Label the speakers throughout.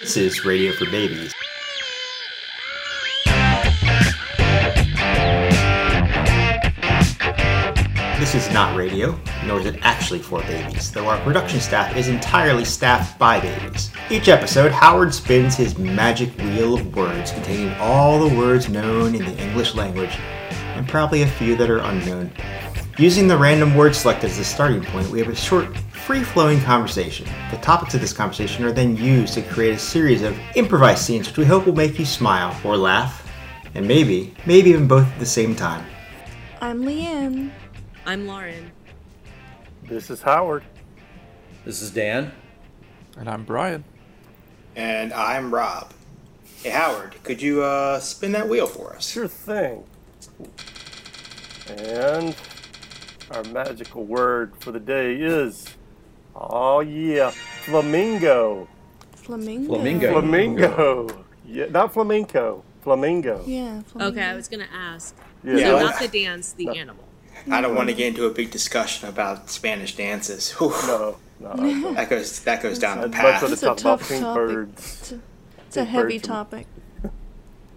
Speaker 1: This is Radio for Babies. This is not radio, nor is it actually for babies, though our production staff is entirely staffed by babies. Each episode, Howard spins his magic wheel of words containing all the words known in the English language, and probably a few that are unknown. Using the random word select as the starting point, we have a short, free flowing conversation. The topics of this conversation are then used to create a series of improvised scenes which we hope will make you smile or laugh, and maybe, maybe even both at the same time.
Speaker 2: I'm Leanne.
Speaker 3: I'm Lauren.
Speaker 4: This is Howard.
Speaker 5: This is Dan.
Speaker 6: And I'm Brian.
Speaker 7: And I'm Rob. Hey, Howard, could you uh, spin that wheel for us?
Speaker 4: Sure thing. And our magical word for the day is, oh yeah, flamingo.
Speaker 2: Flamingo.
Speaker 5: Flamingo.
Speaker 4: Flamingo. Yeah, not flamenco. Flamingo.
Speaker 2: Yeah. Flamingo.
Speaker 3: Okay, I was gonna ask.
Speaker 4: Yeah.
Speaker 3: So
Speaker 7: Yeah.
Speaker 3: not the dance, the animal.
Speaker 7: I don't want to get into a big discussion about Spanish dances. Whew,
Speaker 4: No. No.
Speaker 7: That goes that goes down the
Speaker 4: I'd much
Speaker 7: path.
Speaker 4: rather
Speaker 2: That's a
Speaker 4: talk about
Speaker 2: tough
Speaker 4: pink
Speaker 2: topic.
Speaker 4: birds.
Speaker 2: It's a
Speaker 4: Big
Speaker 2: heavy
Speaker 4: bird from-
Speaker 2: topic.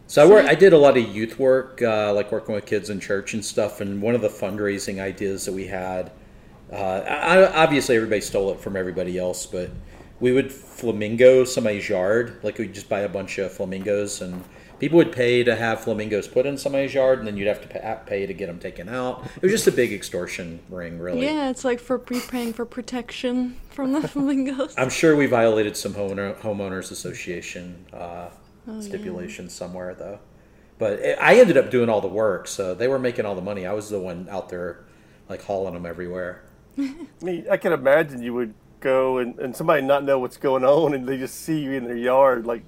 Speaker 5: So I work. I did a lot of youth work, uh, like working with kids in church and stuff. And one of the fundraising ideas that we had, uh, I, I- obviously everybody stole it from everybody else, but we would flamingo somebody's yard. Like we'd just buy a bunch of flamingos, and people would pay to have flamingos put in somebody's yard, and then you'd have to pa- pay to get them taken out. It was just a big extortion ring, really.
Speaker 2: Yeah, it's like for pre paying for protection from the flamingos.
Speaker 5: I'm sure we violated some homeowner, homeowners association uh,
Speaker 3: Oh,
Speaker 5: stipulation somewhere though. But it, I ended up doing all the work, so they were making all the money. I was the one out there, like hauling them everywhere.
Speaker 4: I mean, I can imagine you would go and, and somebody not know what's going on and they just see you in their yard like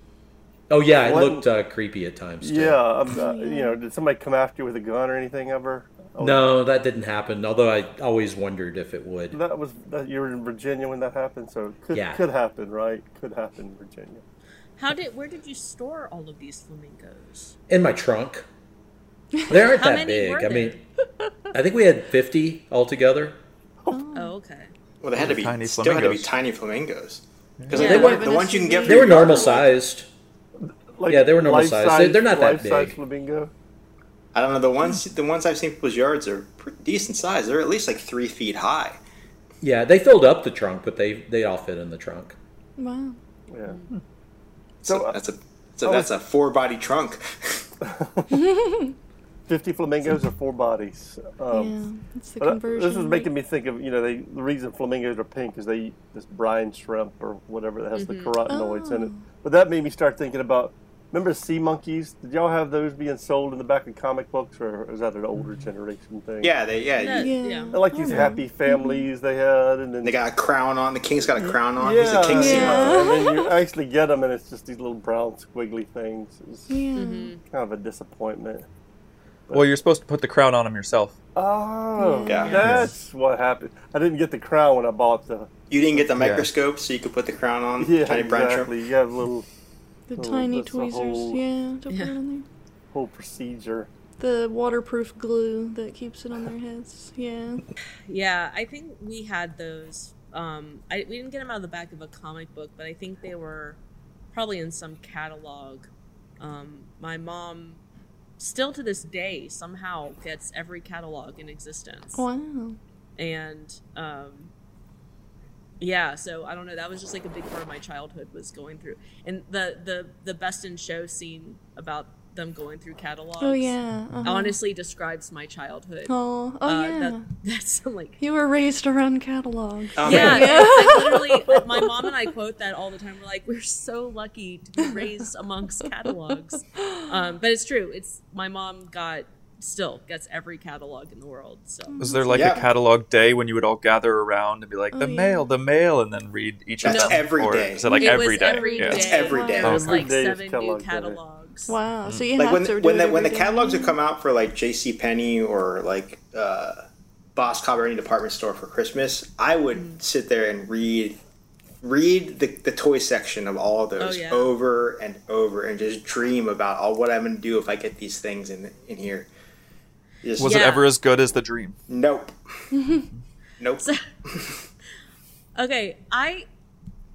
Speaker 5: Oh yeah, it
Speaker 4: What-
Speaker 5: looked uh, creepy at times. Too.
Speaker 4: yeah, I'm, uh, you know did somebody come after you with a gun or anything ever
Speaker 5: No, that didn't happen. Although I always wondered if it would.
Speaker 4: that was that you were in virginia when that happened so it could,
Speaker 5: Yeah.
Speaker 4: could happen right could happen in virginia
Speaker 3: How did? Where did you store all of these flamingos?
Speaker 5: In my trunk. They aren't
Speaker 3: How
Speaker 5: that
Speaker 3: many
Speaker 5: big.
Speaker 3: were
Speaker 5: I
Speaker 3: there?
Speaker 5: mean, I think we had fifty altogether.
Speaker 3: Oh, okay.
Speaker 7: Well, they had to be
Speaker 6: Tiny
Speaker 7: still had to be
Speaker 6: flamingos.
Speaker 7: tiny flamingos. Because
Speaker 3: Yeah. They
Speaker 7: like,
Speaker 5: weren't-
Speaker 7: the, the ones you can get
Speaker 2: They
Speaker 7: for
Speaker 5: They
Speaker 7: your
Speaker 5: were normal
Speaker 7: yard,
Speaker 5: sized.
Speaker 4: like
Speaker 5: Yeah, they were normal size. They- they're not that
Speaker 4: life-size
Speaker 5: big.
Speaker 4: flamingo
Speaker 7: I don't know the ones the ones I've seen people's yards are pretty decent size. They're at least like three feet high.
Speaker 5: Yeah, they filled up the trunk, but they they all fit in the trunk.
Speaker 2: wow.
Speaker 4: yeah
Speaker 2: Hmm.
Speaker 7: So,
Speaker 4: So, uh,
Speaker 7: that's a so that's a four body trunk.
Speaker 4: 50 flamingos or four bodies um,
Speaker 2: yeah. It's the
Speaker 4: Well, that-
Speaker 2: conversion.
Speaker 4: This is making me think of you know they, the reason flamingos are pink is they eat this brine shrimp or whatever that has
Speaker 2: Mm-hmm.
Speaker 4: the carotenoids in it.
Speaker 2: Oh.
Speaker 4: But that made me start thinking about remember sea monkeys? Did y'all have those being sold in the back of comic books, or is that an older generation thing?
Speaker 7: yeah, they yeah. you-
Speaker 2: Mm-hmm.
Speaker 3: No,
Speaker 2: Oh, Yeah. Mm-hmm.
Speaker 4: They're like these happy families they had, and then
Speaker 7: they got a crown on. The king's got a crown on.
Speaker 4: yeah,
Speaker 7: He's a king.
Speaker 2: sea
Speaker 4: yeah.
Speaker 2: monkey.
Speaker 4: and then you actually get them, and it's just these little brown squiggly things. It's
Speaker 2: Yeah.
Speaker 3: Mm-hmm.
Speaker 4: kind of a disappointment.
Speaker 6: Well, you're supposed to put the crown on him yourself.
Speaker 4: Oh,
Speaker 7: Yeah.
Speaker 4: that's what happened. I didn't get the crown when I bought the
Speaker 7: You didn't get the microscope, so you could put the crown on.
Speaker 4: yeah
Speaker 7: tiny brown shrimp.
Speaker 4: exactly. You have little
Speaker 2: The
Speaker 4: Oh,
Speaker 2: tiny
Speaker 4: that's the
Speaker 2: tweezers.
Speaker 4: whole-
Speaker 2: Yeah. Don't
Speaker 3: Yeah.
Speaker 2: put it on
Speaker 4: whole procedure.
Speaker 2: there. The waterproof glue that keeps it on their heads. Yeah.
Speaker 3: Yeah, I think we had those. Um, I, we didn't get them out of the back of a comic book, but I think they were probably in some catalog. Um, my mom, still to this day, somehow gets every catalog in existence.
Speaker 2: Wow. Oh,
Speaker 3: and um yeah so i don't know that was just like a big part of my childhood was going through and the the the best in show scene about them going through catalogs
Speaker 2: Oh yeah. Uh-huh.
Speaker 3: honestly describes my childhood
Speaker 2: Oh. Oh
Speaker 3: Uh,
Speaker 2: yeah.
Speaker 3: that, that's like
Speaker 2: You were raised around catalogs.
Speaker 7: Um,
Speaker 3: yeah, I literally, like, my mom and I quote that all the time. We're like, we're so lucky to be raised amongst catalogs. Um, but it's true. It's my mom got still gets every catalog in the world. So
Speaker 6: Was there like
Speaker 7: Yeah.
Speaker 6: a catalog day when you would all gather around and be like,
Speaker 2: Oh,
Speaker 6: the
Speaker 2: yeah.
Speaker 6: mail, the mail, and then read each
Speaker 7: That's
Speaker 6: of them?
Speaker 7: every
Speaker 6: or
Speaker 7: day.
Speaker 6: Is it like
Speaker 3: It was
Speaker 6: every day?
Speaker 3: every
Speaker 6: yeah.
Speaker 3: day.
Speaker 7: It's every day.
Speaker 3: There was
Speaker 4: Every
Speaker 3: like
Speaker 4: day is
Speaker 3: seven new
Speaker 4: catalog day.
Speaker 3: catalogs.
Speaker 2: Wow. So you
Speaker 7: Like
Speaker 2: have
Speaker 7: when
Speaker 2: to do
Speaker 7: when
Speaker 2: it
Speaker 7: the when the
Speaker 2: every day.
Speaker 7: catalogs would come out for like J.C. Penney or like uh, Boscombe or any department store for Christmas, I would sit there and read read the, the toy section of all of those
Speaker 3: Oh, yeah.
Speaker 7: over and over and just dream about all what I'm going to do if I get these things in in here. Just,
Speaker 6: Was
Speaker 3: Yeah.
Speaker 6: it ever as good as the dream?
Speaker 7: nope. nope.
Speaker 3: Okay, I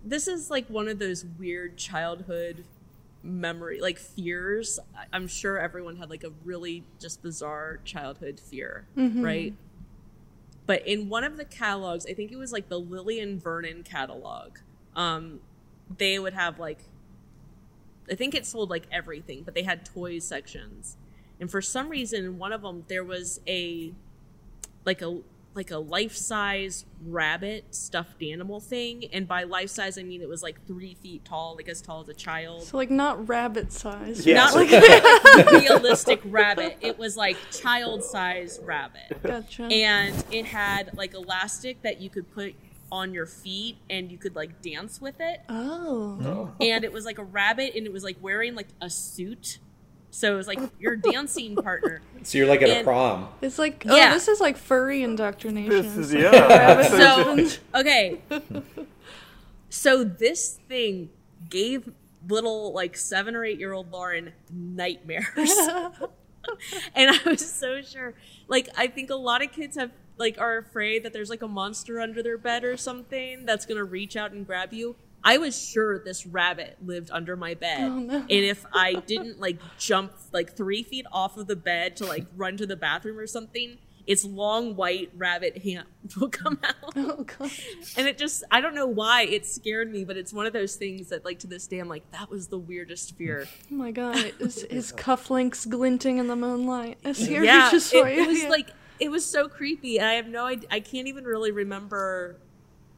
Speaker 3: this is like one of those weird childhood memory like fears I- i'm sure everyone had like a really just bizarre childhood fear
Speaker 6: Mm-hmm.
Speaker 3: right but in one of the catalogs i think it was like the lillian vernon catalog um they would have like i think it sold like everything but they had toys sections and for some reason in one of them there was a like a like a life-size rabbit stuffed animal thing and by life-size i mean it was like three feet tall like as tall as a child
Speaker 2: So like not rabbit size.
Speaker 7: Yeah.
Speaker 3: not
Speaker 7: so-
Speaker 3: like a realistic rabbit. It was like child size rabbit.
Speaker 2: Gotcha.
Speaker 3: And it had like elastic that you could put on your feet and you could like dance with it.
Speaker 2: oh.
Speaker 3: And it was like a rabbit and it was like wearing like a suit. So it was like your dancing partner.
Speaker 5: So you're like at a
Speaker 3: And-
Speaker 5: prom.
Speaker 2: It's like oh,
Speaker 3: Yeah.
Speaker 2: this is like furry indoctrination.
Speaker 4: This is
Speaker 2: It's like
Speaker 4: yeah.
Speaker 2: rabbit
Speaker 3: So-
Speaker 2: husband.
Speaker 3: Okay. So this thing gave little like seven or eight year old Lauren nightmares. and I was so sure. Like, I think a lot of kids have like are afraid that there's like a monster under their bed or something that's gonna reach out and grab you. I was sure this rabbit lived under my bed,
Speaker 2: Oh, no.
Speaker 3: and if I didn't like jump like three feet off of the bed to like run to the bathroom or something, its long white rabbit hand will come out.
Speaker 2: oh god.
Speaker 3: And it just, I don't know why it scared me, but it's one of those things that, like, to this day, I'm like, that was the weirdest fear.
Speaker 2: Oh my god. His, his cufflinks glinting in the moonlight. I see her
Speaker 3: yeah,
Speaker 2: just
Speaker 3: it,
Speaker 2: for you.
Speaker 3: it was
Speaker 2: Yeah.
Speaker 3: like it was so creepy, and I have no idea. I can't even really remember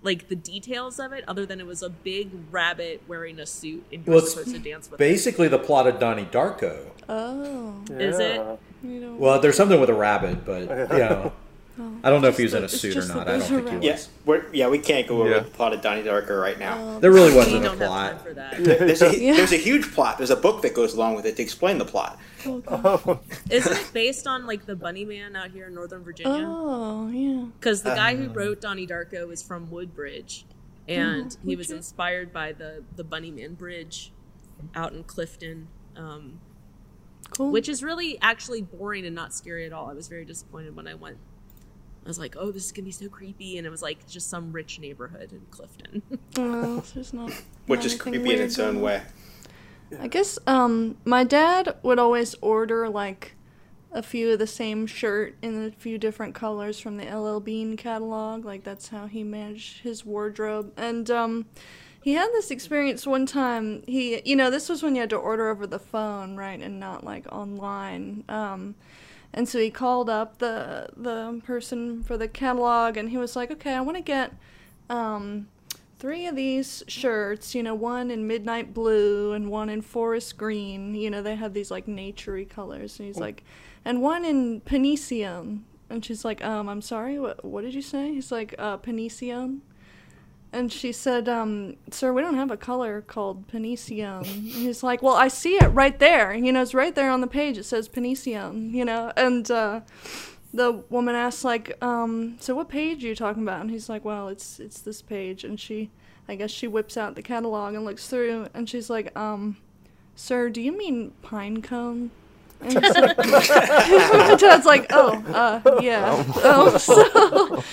Speaker 3: like the details of it, other than it was a big rabbit wearing a suit, and you
Speaker 5: Well,
Speaker 3: were
Speaker 5: it's
Speaker 3: supposed to dance with. it.
Speaker 5: Basically, the plot of Donnie Darko.
Speaker 2: Oh.
Speaker 3: Is it?
Speaker 4: Yeah.
Speaker 2: You don't
Speaker 5: Well, there's something with a rabbit, but you know, I don't know if he was in a
Speaker 2: it's
Speaker 5: suit or
Speaker 2: just that
Speaker 5: not. I don't
Speaker 2: there's a
Speaker 5: think
Speaker 2: rabbit.
Speaker 5: he was.
Speaker 7: Yeah, we're, yeah, we can't go over
Speaker 6: Yeah.
Speaker 7: the plot of Donnie Darko right now.
Speaker 5: There really
Speaker 3: We
Speaker 5: wasn't a
Speaker 3: don't have time
Speaker 5: plot.
Speaker 3: for that.
Speaker 7: There's a,
Speaker 2: Oh. Yeah.
Speaker 7: there's a huge plot. There's a book that goes along with it to explain the plot.
Speaker 2: Oh, god.
Speaker 3: Isn't it based on like the Bunny Man out here in Northern Virginia?
Speaker 2: oh yeah.
Speaker 3: Because the guy who wrote Donnie Darko was from Woodbridge, and he was
Speaker 2: Woodbridge.
Speaker 3: inspired by the the Bunny Man Bridge out in Clifton. Um,
Speaker 2: Cool.
Speaker 3: which is really actually boring and not scary at all. I was very disappointed when I went. I was like, "Oh, this is gonna be so creepy," and it was like just some rich neighborhood in Clifton.
Speaker 2: Well, it's just not.
Speaker 7: Which
Speaker 2: not
Speaker 7: is
Speaker 2: anything
Speaker 7: creepy in
Speaker 2: weird
Speaker 7: its own
Speaker 2: going
Speaker 7: way.
Speaker 2: I guess um my dad would always order like a few of the same shirt in a few different colors from the LL Bean catalog. Like that's how he managed his wardrobe. And um he had this experience one time. He you know, this was when you had to order over the phone, right, and not like online. Um and so he called up the the person for the catalog and he was like, "Okay, I want to get um three of these shirts, you know, one in midnight blue and one in forest green. You know, they had these like naturey colors. And he's like, and one in Panisium. And she's like, um, I'm sorry, what, what did you say? He's like, uh, Panisium. And she said, um, sir, we don't have a color called Panisium. And he's like, well, I see it right there. You know, it's right there on the page. It says Panisium, you know, and, uh, the woman asks like um so what page are you talking about and he's like well it's it's this page and she i guess she whips out the catalog and looks through and she's like um sir do you mean pine cone and he's like, my dad's like oh uh yeah um, so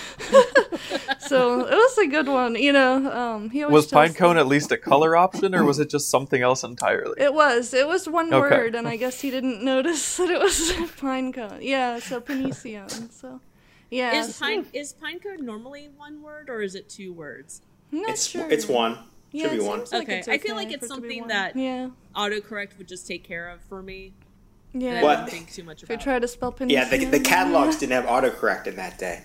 Speaker 2: so it was a good one you know um he always
Speaker 6: Was
Speaker 2: tells
Speaker 6: pinecone
Speaker 2: the-
Speaker 6: at least a color option, or was it just something else entirely?
Speaker 2: it was it was one
Speaker 6: Okay.
Speaker 2: word and i guess he didn't notice that it was pine cone yeah so panicion so yeah
Speaker 3: is
Speaker 2: so-
Speaker 3: pine is pinecone normally one word or is it two words?
Speaker 2: I'm not
Speaker 7: It's
Speaker 2: sure.
Speaker 7: it's one.
Speaker 2: Yeah,
Speaker 7: Should
Speaker 2: it
Speaker 7: be one.
Speaker 2: seems like
Speaker 3: Okay, I feel like
Speaker 2: for
Speaker 3: it's
Speaker 2: it to be
Speaker 3: something
Speaker 2: one.
Speaker 3: that-
Speaker 2: Yeah.
Speaker 3: Autocorrect would just take care of for me. And
Speaker 2: Yeah.
Speaker 3: I
Speaker 7: What?
Speaker 3: don't think too much
Speaker 2: If we
Speaker 3: about. it.
Speaker 2: try to spell Peninsula.
Speaker 7: Yeah, the, the catalogs didn't have autocorrect in that day.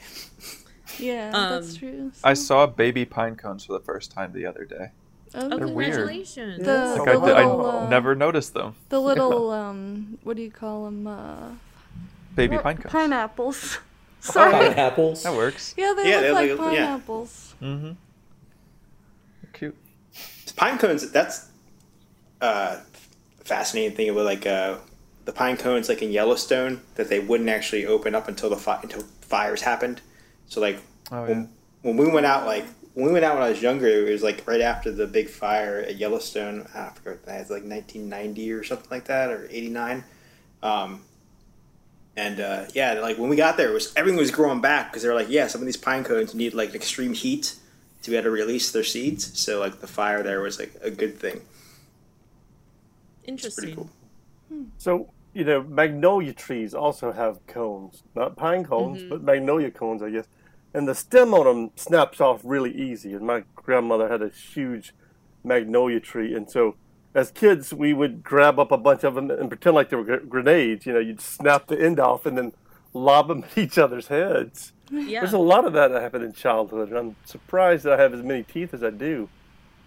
Speaker 2: Yeah,
Speaker 3: Um,
Speaker 2: that's true.
Speaker 6: I saw baby pinecones for the first time the other day.
Speaker 2: Oh,
Speaker 3: Oh,
Speaker 2: the-
Speaker 6: weird.
Speaker 3: congratulations!
Speaker 2: The,
Speaker 6: Like
Speaker 2: the
Speaker 6: I, did- I
Speaker 2: little, uh,
Speaker 6: never noticed them.
Speaker 2: The little um, what do you call them? Uh,
Speaker 6: Baby
Speaker 2: what-
Speaker 6: pinecones.
Speaker 2: Pineapples. Sorry.
Speaker 5: Pineapples.
Speaker 6: that works.
Speaker 2: Yeah, they
Speaker 7: Yeah,
Speaker 2: look like
Speaker 7: they look- yeah.
Speaker 2: pineapples.
Speaker 6: Cute.
Speaker 7: Pine cones. That's uh, fascinating thing about like uh, the pine cones, like in Yellowstone, that they wouldn't actually open up until the fi- until fires happened. So like
Speaker 6: Oh yeah.
Speaker 7: when, when we went out, like when we went out when I was younger, it was like right after the big fire at Yellowstone. I forget what that is, like 1990 or something like that, or 89. Um, and uh, yeah, like when we got there, it was everything was growing back because they were like, yeah, some of these pine cones need like extreme heat to be able to release their seeds. So like the fire there was like a good thing. It's
Speaker 3: Interesting.
Speaker 7: pretty cool.
Speaker 4: So you know, magnolia trees also have cones, not pine cones, but magnolia cones, I guess. And the stem on them snaps off really easy. And my grandmother had a huge magnolia tree, and so as kids, we would grab up a bunch of them and pretend like they were gr- grenades. You know, you'd snap the end off and then lob them at each other's heads.
Speaker 3: Yeah.
Speaker 4: There's a lot of that that happened in childhood, and I'm surprised that I have as many teeth as I do.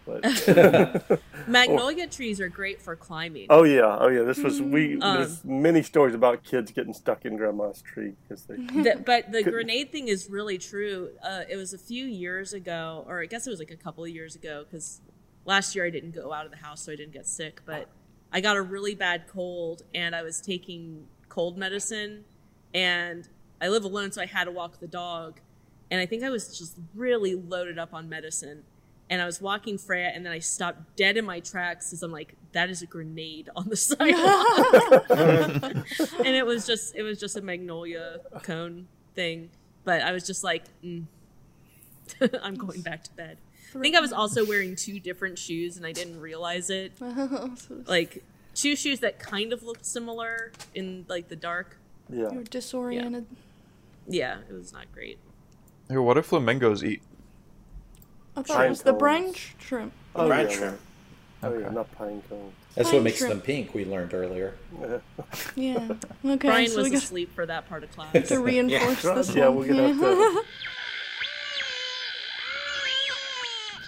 Speaker 4: But
Speaker 3: Magnolia trees are great for climbing.
Speaker 4: Oh yeah, oh yeah. This was
Speaker 1: Mm,
Speaker 4: we.
Speaker 1: uh.
Speaker 3: Um,
Speaker 4: there's many stories about kids getting stuck in grandma's tree because they.
Speaker 3: That- but the grenade thing is really true. Uh, it was a few years ago, or I guess it was like a couple of years ago, because last year I didn't go out of the house, so I didn't get sick. But I got a really bad cold, and I was taking cold medicine, and I live alone, so I had to walk the dog, and I think I was just really loaded up on medicine. And I was walking Freya, and then I stopped dead in my tracks because I'm like, "That is a grenade on the sidewalk." and it was just it was just a magnolia cone thing but i was just like mm. i'm going back to bed i think i was also wearing two different shoes and i didn't realize it like two shoes that kind of looked similar in like the dark
Speaker 4: Yeah.
Speaker 2: You're disoriented.
Speaker 3: yeah it was not great
Speaker 6: Hey, what do flamingos eat?
Speaker 2: I thought it was the brine
Speaker 4: Triangles.
Speaker 2: shrimp.
Speaker 4: Oh,
Speaker 7: Brine
Speaker 4: yeah.
Speaker 7: shrimp.
Speaker 4: Oh yeah, not pine cone.
Speaker 5: That's
Speaker 2: Pine
Speaker 5: what makes
Speaker 2: shrimp.
Speaker 5: them pink. We learned earlier.
Speaker 2: Yeah. Okay,
Speaker 3: brian
Speaker 2: so
Speaker 3: was
Speaker 2: we got
Speaker 3: asleep for that part of class
Speaker 2: to reinforce
Speaker 4: Yeah,
Speaker 2: this
Speaker 4: yeah,
Speaker 2: one.
Speaker 4: we're gonna have to-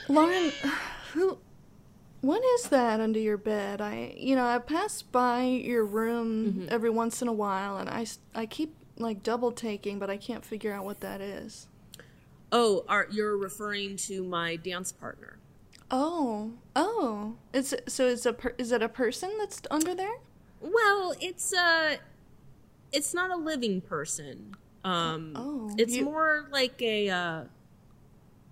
Speaker 2: Lauren, who? What is that under your bed? I, you know, I pass by your room every once in a while, and I, s- I keep like double taking, but I can't figure out what that is.
Speaker 3: oh are, you're referring to my dance partner
Speaker 2: Oh, oh, it's so it's a per, is it a person that's under there?
Speaker 3: well it's uh it's not a living person um
Speaker 2: Oh,
Speaker 3: It's
Speaker 2: you-
Speaker 3: more like a uh,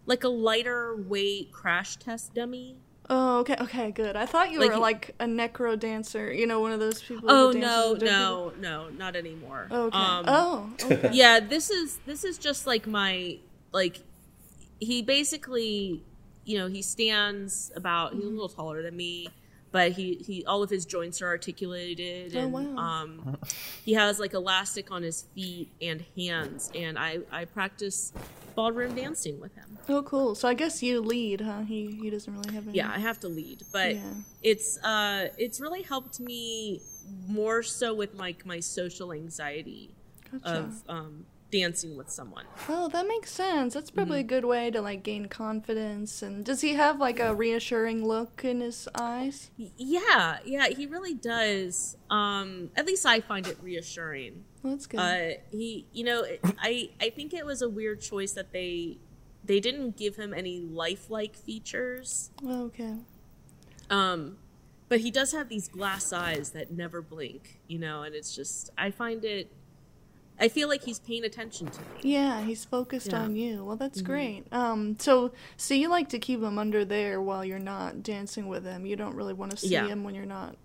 Speaker 3: like a lighter weight crash test dummy.
Speaker 2: Oh, okay, okay, good. I thought you
Speaker 3: Like
Speaker 2: were
Speaker 3: you-
Speaker 2: like a necro dancer, you know, one of those people.
Speaker 3: Oh
Speaker 2: who dances
Speaker 3: no,
Speaker 2: with dead people.
Speaker 3: no, no, not anymore.
Speaker 2: Okay.
Speaker 3: Um,
Speaker 2: oh, okay.
Speaker 3: yeah, this is this is just like my like he basically you know he stands about
Speaker 2: Mm-hmm.
Speaker 3: he's a little taller than me but he he all of his joints are articulated
Speaker 2: Oh,
Speaker 3: and
Speaker 2: wow.
Speaker 3: um he has like elastic on his feet and hands and I I practice ballroom dancing with him.
Speaker 2: oh, cool. So I guess you lead, huh? He he doesn't really have any.
Speaker 3: yeah i have to lead but
Speaker 2: Yeah.
Speaker 3: it's uh it's really helped me more so with like my social anxiety
Speaker 2: Gotcha.
Speaker 3: of um dancing with someone
Speaker 2: Oh, that makes sense. That's probably
Speaker 3: Mm-hmm.
Speaker 2: a good way to like gain confidence. And does he have like a reassuring look in his eyes?
Speaker 3: Y- yeah yeah he really does um at least i find it reassuring
Speaker 2: Well, that's good.
Speaker 3: uh he you know it- i i think it was a weird choice that they they didn't give him any lifelike features
Speaker 2: Well, okay.
Speaker 3: um but he does have these glass eyes that never blink you know and it's just i find it i feel like he's paying attention to me
Speaker 2: Yeah, he's focused
Speaker 3: Yeah.
Speaker 2: on
Speaker 3: Mm-hmm.
Speaker 2: you. Well, that's great. Um, so so you like to keep him under there while you're not dancing with him. You don't really want to see
Speaker 3: Yeah.
Speaker 2: him when you're not.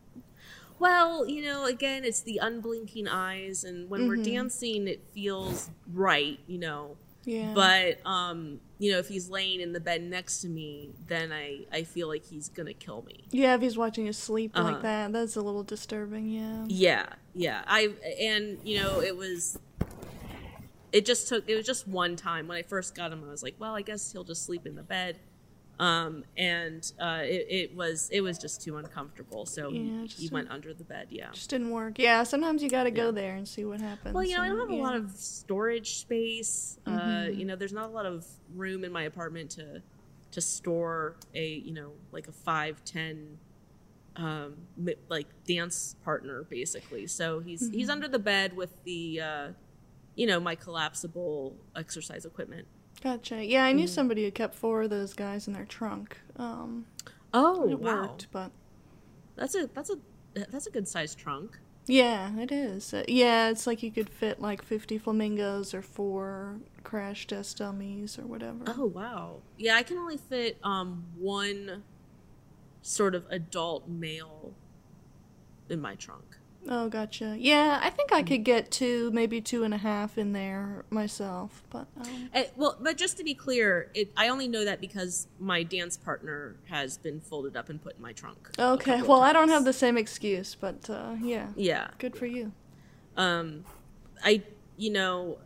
Speaker 3: Well, you know, again, it's the unblinking eyes, and when we're dancing, it feels right, you know.
Speaker 2: Yeah.
Speaker 3: But um, you know, if he's laying in the bed next to me, then I I feel like he's gonna kill me.
Speaker 2: yeah, if he's watching you sleep
Speaker 3: Uh-huh.
Speaker 2: like that, that's a little disturbing. Yeah.
Speaker 3: Yeah, yeah. I and you know, it was. It just took. It was just one time when I first got him. I was like, well, I guess he'll just sleep in the bed. Um, and uh, it, it was it was just too uncomfortable, so he-
Speaker 2: Yeah,
Speaker 3: he
Speaker 2: just
Speaker 3: went under the bed. Yeah.
Speaker 2: Just didn't work. Yeah, sometimes you got to go there and see what happens.
Speaker 3: Well, you know, I
Speaker 2: and-
Speaker 3: don't have a
Speaker 2: yeah.
Speaker 3: lot of storage space. Uh, you know, there's not a lot of room in my apartment to to store a you know like a five ten um mi- like dance partner basically. So he's he's under the bed with the uh, you know my collapsible exercise equipment.
Speaker 2: Gotcha. Yeah, I knew
Speaker 3: Mm-hmm.
Speaker 2: somebody who kept four of those guys in their trunk. Um,
Speaker 3: Oh
Speaker 2: it
Speaker 3: wow,
Speaker 2: worked, but
Speaker 3: that's a that's a that's a good sized trunk.
Speaker 2: yeah, it is. Uh, yeah, it's like you could fit like 50 flamingos or four crash test dummies or whatever.
Speaker 3: Oh wow. Yeah, I can only fit um one sort of adult male in my trunk.
Speaker 2: Oh, gotcha. Yeah, I think I
Speaker 3: Mm.
Speaker 2: could get two, maybe two and a half in there myself. But um,
Speaker 3: Eh, well, but just to be clear, it, I only know that because my dance partner has been folded up and put in my trunk. a
Speaker 2: okay,
Speaker 3: couple of
Speaker 2: well, I don't
Speaker 3: times.
Speaker 2: have the same excuse, but uh, yeah,
Speaker 3: Yeah.
Speaker 2: good for you.
Speaker 3: um i you know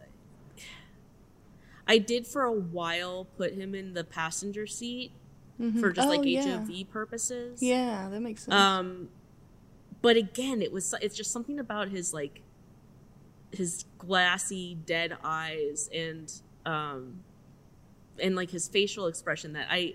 Speaker 3: i did for a while put him in the passenger seat for just
Speaker 2: Oh,
Speaker 3: like
Speaker 2: yeah.
Speaker 3: hov purposes
Speaker 2: Yeah, that makes sense.
Speaker 3: um but again it was it's just something about his like his glassy dead eyes and um and like his facial expression that i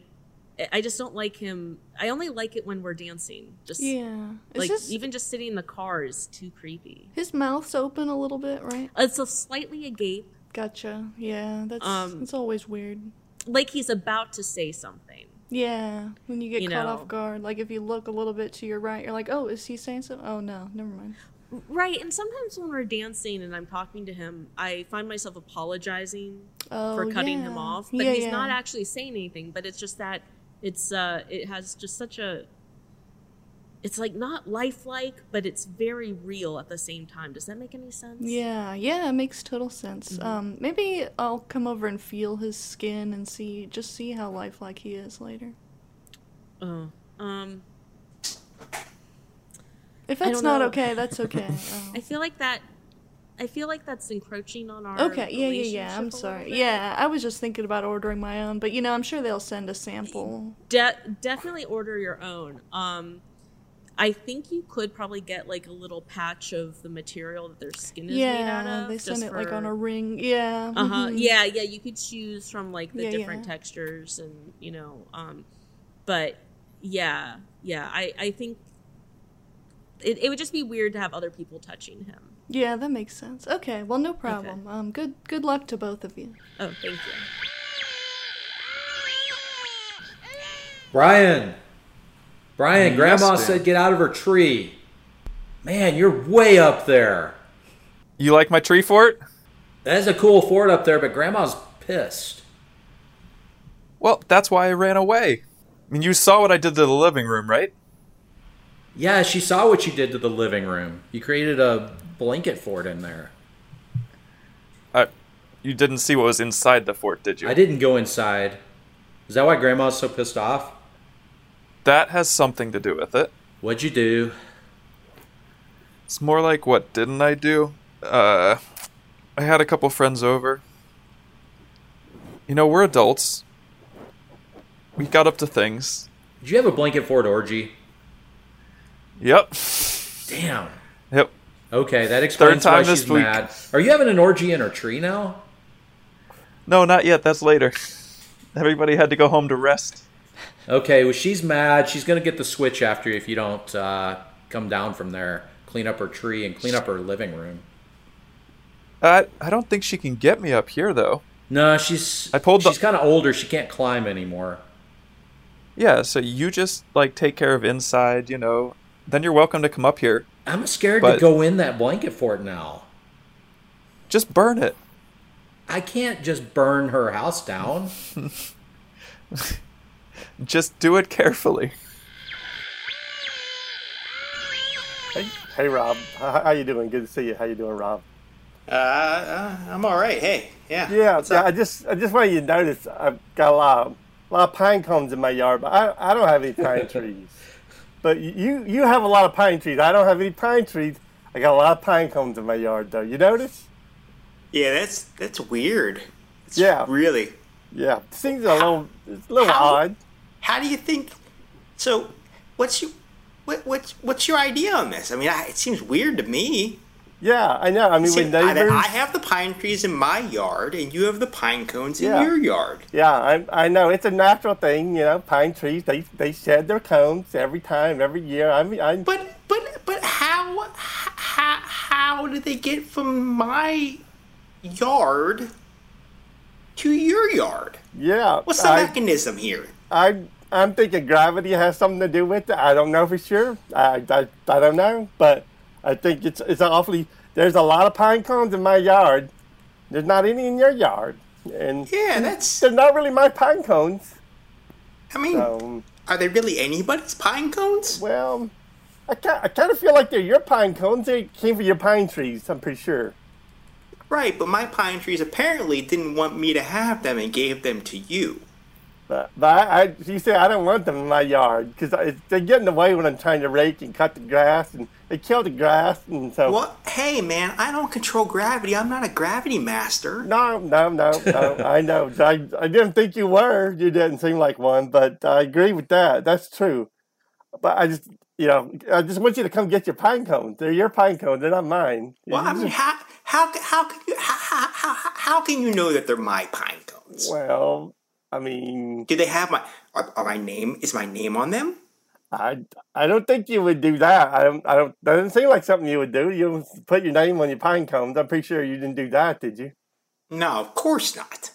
Speaker 3: i just don't like him i only like it when we're dancing just
Speaker 2: yeah, is
Speaker 3: like
Speaker 2: his,
Speaker 3: even just sitting in the car is too creepy
Speaker 2: his mouth's open a little bit, right?
Speaker 3: it's a slightly agape
Speaker 2: Gotcha. Yeah, that's
Speaker 3: Um,
Speaker 2: it's always weird.
Speaker 3: like he's about to say something.
Speaker 2: Yeah, when you get
Speaker 3: you
Speaker 2: caught
Speaker 3: know.
Speaker 2: off guard, like if you look a little bit to your right, you're like, oh, is he saying something? Oh no, never mind.
Speaker 3: Right, and sometimes when we're dancing and I'm talking to him, I find myself apologizing
Speaker 2: Oh,
Speaker 3: for cutting him
Speaker 2: yeah.
Speaker 3: off, but
Speaker 2: Yeah,
Speaker 3: he's
Speaker 2: yeah.
Speaker 3: not actually saying anything, but it's just that it's uh it has just such a it's like not lifelike, but it's very real at the same time. Does that make any sense?
Speaker 2: Yeah, yeah, it makes total sense.
Speaker 3: Mm-hmm.
Speaker 2: Um, maybe I'll come over and feel his skin and see, just see how lifelike he is later.
Speaker 3: Oh. Um
Speaker 2: If
Speaker 3: I
Speaker 2: that's
Speaker 3: don't
Speaker 2: not
Speaker 3: know.
Speaker 2: okay, that's okay. Oh.
Speaker 3: I feel like that I feel like that's encroaching on our
Speaker 2: Okay, yeah, yeah, yeah.
Speaker 3: relationship a
Speaker 2: I'm
Speaker 3: little
Speaker 2: sorry.
Speaker 3: bit.
Speaker 2: Yeah, I was just thinking about ordering my own, but you know, I'm sure they'll send a sample.
Speaker 3: De- definitely order your own. Um, I think you could probably get like a little patch of the material that their skin is made out
Speaker 2: Yeah,
Speaker 3: of.
Speaker 2: they send
Speaker 3: just
Speaker 2: it like
Speaker 3: for-
Speaker 2: on a ring. Yeah.
Speaker 3: Uh huh.
Speaker 2: mhm.
Speaker 3: Yeah, yeah. You could choose from like the
Speaker 2: Yeah,
Speaker 3: different
Speaker 2: yeah.
Speaker 3: textures, and you know, um, but yeah, yeah. I I think it it would just be weird to have other people touching him.
Speaker 2: Yeah, that makes sense. Okay, well, no problem. Um, good, good luck to both of you.
Speaker 3: Oh, thank you.
Speaker 5: Brian, Brian,
Speaker 6: Yes,
Speaker 5: Grandma
Speaker 6: Dan.
Speaker 5: said get out of her tree. Man, you're way up there.
Speaker 6: You like my tree fort?
Speaker 5: That is a cool fort up there, but Grandma's pissed.
Speaker 6: Well, that's why I ran away. I mean, you saw what I did to the living room, right?
Speaker 5: Yeah, she saw what you did to the living room. You created a blanket fort in there.
Speaker 6: Uh, you didn't see what was inside the fort, did you?
Speaker 5: I didn't go inside. Is that why Grandma's so pissed off?
Speaker 6: That has something to do with it.
Speaker 5: What'd you do?
Speaker 6: It's more like what didn't I do? Uh, I had a couple friends over. You know, we're adults. We got up to things.
Speaker 5: Did you have a blanket fort orgy?
Speaker 6: Yep.
Speaker 5: Damn.
Speaker 6: Yep.
Speaker 5: Okay, that explains why
Speaker 6: time this
Speaker 5: she's
Speaker 6: week.
Speaker 5: mad. Are you having an orgy in her tree now?
Speaker 6: No, not yet. That's later. Everybody had to go home to rest.
Speaker 5: Okay, well she's mad. She's gonna get the switch after you if you don't uh, come down from there, clean up her tree and clean up her living room.
Speaker 6: I I don't think she can get me up here though.
Speaker 5: No, she's
Speaker 6: I pulled the-
Speaker 5: she's kind of older. She can't climb anymore.
Speaker 6: Yeah, so you just like take care of inside, you know. Then you're welcome to come up here.
Speaker 5: I'm scared to
Speaker 6: But-
Speaker 5: go in that blanket fort now.
Speaker 6: Just burn it.
Speaker 5: I can't just burn her house down.
Speaker 6: Just do it carefully.
Speaker 4: Hey, hey Rob, how, how you doing? Good to see you. How you doing, Rob?
Speaker 7: Uh, uh, I'm all right. Hey, yeah.
Speaker 4: Yeah,
Speaker 7: What's
Speaker 4: yeah.
Speaker 7: up?
Speaker 4: I just I just want you to notice I've got a lot of, a lot of pine cones in my yard, but I, I don't have any pine trees. But you you have a lot of pine trees. I don't have any pine trees. I got a lot of pine cones in my yard, though. You notice?
Speaker 7: yeah, that's that's weird. It's
Speaker 4: Yeah.
Speaker 7: really.
Speaker 4: Yeah, things are a little it's a little
Speaker 1: How-
Speaker 4: odd.
Speaker 1: How do you think? So, what's your what, what's what's your idea on this? I mean, I, it seems weird to me.
Speaker 4: Yeah, I know. I mean,
Speaker 1: See,
Speaker 4: with
Speaker 1: I,
Speaker 4: neighbors.
Speaker 1: I have the pine trees in my yard, and you have the pine cones in
Speaker 4: Yeah.
Speaker 1: your yard.
Speaker 4: Yeah, I, I know it's a natural thing. You know, pine trees they they shed their cones every time, every year. I mean, I
Speaker 1: But but but how how how did they get from my yard to your yard?
Speaker 4: yeah.
Speaker 1: What's the
Speaker 4: I,
Speaker 1: mechanism here?
Speaker 4: I I'm thinking gravity has something to do with it. I don't know for sure. I, I, I don't know, but I think it's it's awfully. There's a lot of pine cones in my yard. There's not any in your yard, and
Speaker 1: Yeah, that's.
Speaker 4: they're not really my pine cones.
Speaker 1: I mean,
Speaker 4: Um,
Speaker 1: are they really anybody's pine cones?
Speaker 4: well, I, ki- I kind of feel like they're your pine cones. They came from your pine trees. I'm pretty sure.
Speaker 7: Right, but my pine trees apparently didn't want me to have them and gave them to you.
Speaker 4: But, but I, I, you say I don't want them in my yard because they get in the way when I'm trying to rake and cut the grass, and they kill the grass, and so.
Speaker 7: Well, hey, man, I don't control gravity. I'm not a gravity master.
Speaker 4: No, no, no, no. I know. I, I didn't think you were. You didn't seem like one, but I agree with that. That's true. But I just, you know, I just want you to come get your pine cones. They're your pine cones. They're not mine.
Speaker 7: Well, I mean, how,
Speaker 4: Mm-hmm.
Speaker 7: how, how, can you, how, how, how, how can you know that they're my pine cones?
Speaker 4: Well, I mean,
Speaker 7: Do they have my are, are my name? Is my name on them?
Speaker 4: I, I don't think you would do that. I don't. I don't. That doesn't seem like something you would do. You don't put your name on your pine cones. I'm pretty sure you didn't do that, did you?
Speaker 7: No, of course not.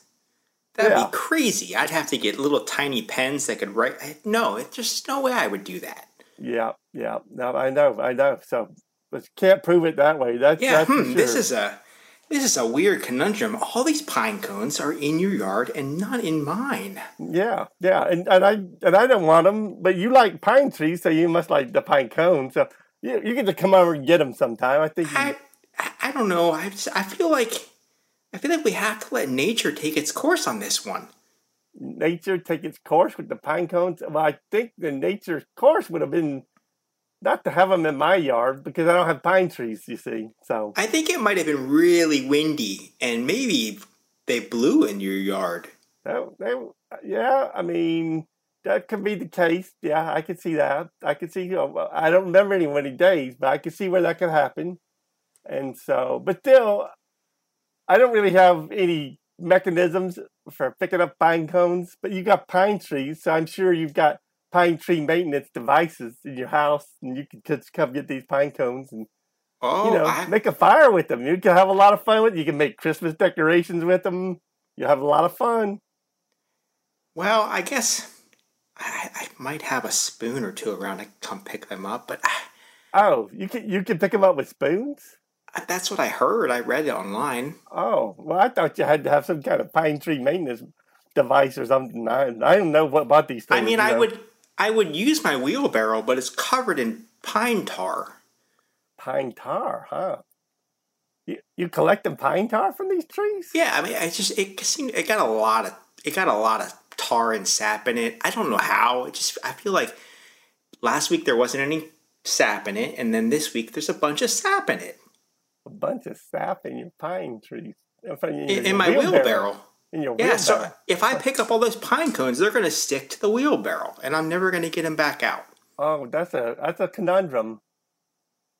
Speaker 7: That'd
Speaker 4: Yeah.
Speaker 7: be crazy. I'd have to get little tiny pens that could write. I- No, it, just no way I would do that.
Speaker 4: Yeah, yeah. No, I know, I know. So, but you can't prove it that way. That's
Speaker 7: Yeah,
Speaker 4: That's for
Speaker 7: hmm, this
Speaker 4: sure.
Speaker 7: is a this is a weird conundrum. All these pine cones are in your yard and not in mine.
Speaker 4: Yeah, yeah, and, and I and I don't want them, but you like pine trees, so you must like the pine cones. So you you get to come over and get them sometime. I think. you-
Speaker 7: I I- I don't know. I just, I feel like I feel like we have to let nature take its course on this one.
Speaker 4: nature take its course with the pine cones? Well, I think the nature's course would have been not to have them in my yard because I don't have pine trees, you see. So,
Speaker 7: I think it might have been really windy and maybe they blew in your yard.
Speaker 4: that, that- yeah, I mean, that could be the case. Yeah, I could see that. I could see, I don't remember any windy days, but I could see where that could happen. And so, but still, I don't really have any mechanisms for picking up pine cones, but you got pine trees, so I'm sure you've got pine tree maintenance devices in your house, and you can just come get these pine cones and
Speaker 7: Oh,
Speaker 4: you know
Speaker 7: I,
Speaker 4: make a fire with them. You can have a lot of fun with. You can make Christmas decorations with them. You'll have a lot of fun.
Speaker 7: well, I guess I, I might have a spoon or two around to come pick them up, but
Speaker 4: Oh, you can you can pick them up with spoons.
Speaker 7: I, that's what I heard. I read it online.
Speaker 4: Oh, well, I thought you had to have some kind of pine tree maintenance device or something. I, I don't know what about these things.
Speaker 7: I mean,
Speaker 4: you
Speaker 7: I
Speaker 4: know.
Speaker 7: would I would use my wheelbarrow, but it's covered in pine tar.
Speaker 4: pine tar, huh? You you collecting pine tar from these trees?
Speaker 7: Yeah, I mean, I just it seemed it got a lot of it got a lot of tar and sap in it. I don't know how. It just I feel like last week there wasn't any sap in it, and then this week there's a bunch of sap in it
Speaker 4: A bunch of sap in your pine trees. In, front of
Speaker 7: in,
Speaker 4: your-
Speaker 7: in
Speaker 4: your
Speaker 7: my wheelbarrow.
Speaker 4: In your
Speaker 7: Yeah,
Speaker 4: wheelbarrow.
Speaker 7: so if I pick up all those pine cones, they're gonna stick to the wheelbarrow, and I'm never gonna get them back out.
Speaker 4: Oh, that's a that's a conundrum.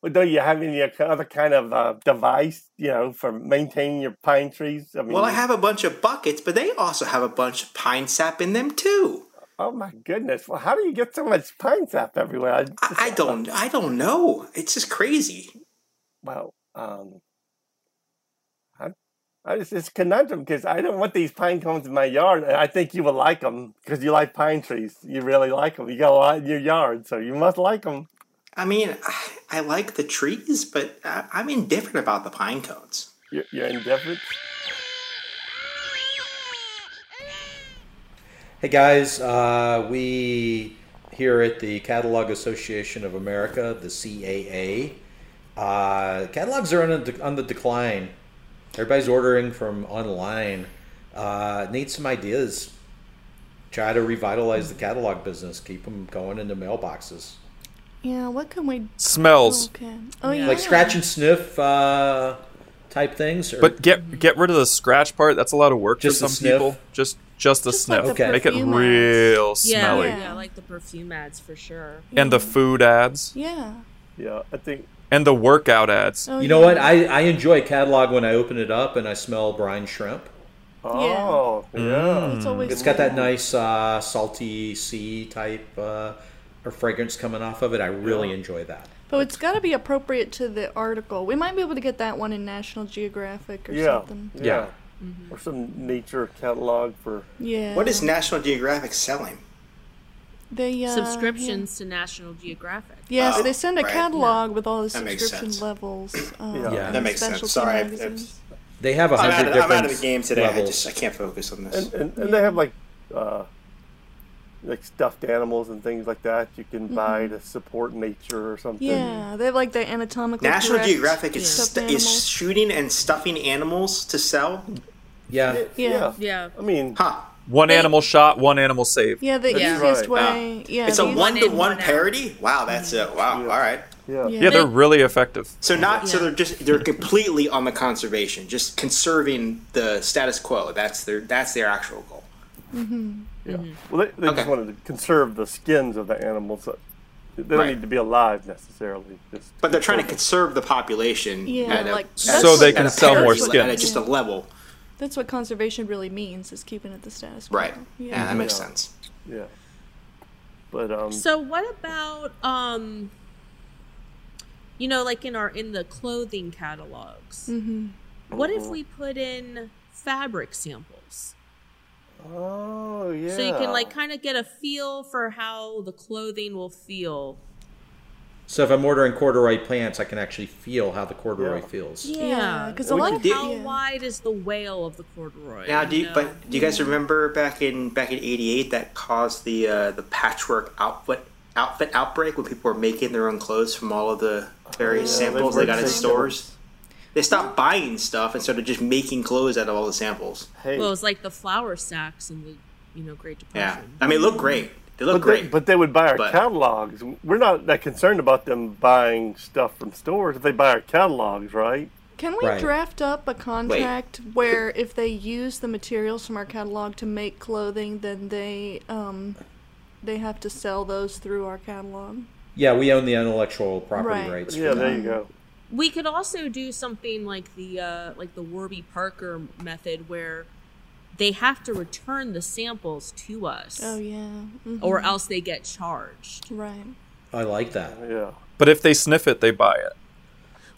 Speaker 4: Well, don't you have any other kind of uh, device, you know, for maintaining your pine trees? I mean,
Speaker 7: Well, I have a bunch of buckets, but they also have a bunch of pine sap in them too.
Speaker 4: Oh my goodness! Well, how do you get so much pine sap everywhere? I,
Speaker 7: I, I don't, I don't know. It's just crazy.
Speaker 4: well, um, I, I just it's a conundrum because I don't want these pine cones in my yard, and I think you will like them because you like pine trees. You really like them. You got a lot in your yard, so you must like them.
Speaker 7: I mean, I, I like the trees, but I, I'm indifferent about the pine cones.
Speaker 4: You're, you're indifferent.
Speaker 5: Hey guys, uh, we here at the Catalog Association of America, the CAA, uh, catalogs are on, a de- on the decline. Everybody's ordering from online. Uh, need some ideas. Try to revitalize the catalog business. Keep them going into mailboxes.
Speaker 2: Yeah, what can we
Speaker 6: Smells.
Speaker 2: Okay. Oh yeah.
Speaker 5: Like scratch and sniff uh, type things. Or,
Speaker 6: But get get rid of the scratch part. That's a lot of work
Speaker 5: Just
Speaker 6: for
Speaker 5: the
Speaker 6: some
Speaker 5: sniff?
Speaker 6: people. Just just the
Speaker 2: Just like
Speaker 6: sniff.
Speaker 2: the
Speaker 5: Okay.
Speaker 6: Make it
Speaker 2: perfume ads.
Speaker 6: real
Speaker 3: Yeah,
Speaker 6: smelly.
Speaker 2: Yeah.
Speaker 3: yeah, I like the perfume ads for sure.
Speaker 6: And the food ads
Speaker 2: Yeah.
Speaker 4: Yeah, I think
Speaker 6: and the workout ads.
Speaker 2: Oh,
Speaker 5: you know
Speaker 2: yeah.
Speaker 5: what? I, I enjoy a catalog when I open it up and I smell brine shrimp.
Speaker 4: Oh, yeah.
Speaker 7: Mm.
Speaker 2: It's always
Speaker 5: It's got that nice uh, salty sea type uh, or fragrance coming off of it. I really enjoy that.
Speaker 2: But it's got to be appropriate to the article. We might be able to get that one in National Geographic or
Speaker 4: Yeah.
Speaker 2: something.
Speaker 4: Yeah.
Speaker 5: Yeah.
Speaker 4: Or some nature catalog for.
Speaker 2: Yeah.
Speaker 7: What is National Geographic selling?
Speaker 2: they uh,
Speaker 3: Subscriptions to National Geographic.
Speaker 2: Yes,
Speaker 7: Oh,
Speaker 2: they send a
Speaker 7: right.
Speaker 2: catalog with all the
Speaker 7: That makes
Speaker 2: subscription
Speaker 7: sense.
Speaker 2: levels. Um,
Speaker 4: Yeah.
Speaker 5: That
Speaker 2: and
Speaker 7: makes sense.
Speaker 2: specialty
Speaker 7: Sorry, I-
Speaker 2: magazines.
Speaker 5: They have a
Speaker 7: I'm
Speaker 5: hundred
Speaker 7: out, of,
Speaker 5: different
Speaker 7: I'm out of the game today. I
Speaker 5: levels.
Speaker 7: just I can't focus on this.
Speaker 4: And, and, and they have like uh, like stuffed animals and things like that you can buy to support nature or something.
Speaker 2: Yeah, they have like the anatomical.
Speaker 7: National
Speaker 2: correct
Speaker 7: Geographic is,
Speaker 2: stuffed
Speaker 7: st-
Speaker 2: animals.
Speaker 7: is shooting and stuffing animals to sell.
Speaker 5: Yeah.
Speaker 2: Yeah.
Speaker 3: Yeah.
Speaker 4: I mean,
Speaker 7: Huh.
Speaker 6: One animal shot, one animal saved.
Speaker 2: Yeah, the
Speaker 3: Yeah.
Speaker 2: easiest
Speaker 4: Right.
Speaker 2: way. Yeah,
Speaker 7: It's a
Speaker 2: the eas-
Speaker 7: one to
Speaker 3: in,
Speaker 7: one
Speaker 3: one out.
Speaker 7: parody. Wow, that's it. Wow. All right.
Speaker 4: yeah.
Speaker 6: Yeah, they're really effective.
Speaker 7: So not so
Speaker 3: Yeah.
Speaker 7: they're just they're completely on the conservation, just conserving the status quo. That's their that's their actual goal.
Speaker 3: Mm-hmm.
Speaker 4: Well, they, they just
Speaker 7: Okay.
Speaker 4: wanted to conserve the skins of the animals. They don't
Speaker 7: Right.
Speaker 4: need to be alive necessarily. Just
Speaker 7: But they're trying to conserve the population.
Speaker 2: Yeah,
Speaker 7: at a-
Speaker 2: like-
Speaker 7: at
Speaker 2: So
Speaker 7: a-
Speaker 2: they
Speaker 7: at
Speaker 2: can
Speaker 7: a
Speaker 2: sell
Speaker 7: parity
Speaker 2: more
Speaker 7: level,
Speaker 6: skins.
Speaker 7: at a- just a level,
Speaker 2: That's what conservation really means is keeping it the status quo.
Speaker 7: right? Yeah, that makes
Speaker 4: Yeah.
Speaker 7: sense.
Speaker 4: yeah. But um,
Speaker 3: So what about um you know like in our in the clothing catalogs.
Speaker 2: Mm-hmm.
Speaker 3: What if we put in fabric samples?
Speaker 4: oh yeah.
Speaker 3: So you can like kind of get a feel for how the clothing will feel.
Speaker 5: So if I'm ordering corduroy pants, I can actually feel how the corduroy
Speaker 4: Yeah.
Speaker 5: feels.
Speaker 2: Yeah, because a
Speaker 7: We
Speaker 2: lot
Speaker 7: could
Speaker 2: of
Speaker 7: do-
Speaker 3: How
Speaker 2: yeah.
Speaker 3: wide is the whale of the corduroy?
Speaker 7: Now, do you,
Speaker 3: know?
Speaker 7: but do you guys remember back in back in '88 that caused the uh, the patchwork outfit outfit outbreak when people were making their own clothes from all of the various
Speaker 4: Yeah,
Speaker 7: samples
Speaker 4: they
Speaker 7: they got in
Speaker 4: break
Speaker 7: stores? They stopped buying stuff and started just making clothes out of all the samples.
Speaker 4: hey,
Speaker 3: well, it's like the flour sacks and the you know Great
Speaker 7: Yeah,
Speaker 3: Depression.
Speaker 7: I mean, look great. They look
Speaker 4: but
Speaker 7: great.
Speaker 4: they, but they would buy our
Speaker 7: But-
Speaker 4: catalogs. We're not that concerned about them buying stuff from stores if they buy our catalogs, right?
Speaker 2: Can we
Speaker 5: Right.
Speaker 2: draft up a contract where if they use the materials from our catalog to make clothing, then they um they have to sell those through our catalog?
Speaker 5: Yeah, we own the intellectual property
Speaker 2: Right.
Speaker 5: rights. for
Speaker 4: Yeah, there
Speaker 5: that.
Speaker 4: you go.
Speaker 7: Mm-hmm.
Speaker 3: We could also do something like the uh, like the Warby Parker method, where they have to return the samples to us,
Speaker 2: Oh yeah, mm,
Speaker 3: or else they get charged.
Speaker 2: right.
Speaker 5: I like that.
Speaker 4: Yeah.
Speaker 6: But if they sniff it, they buy it.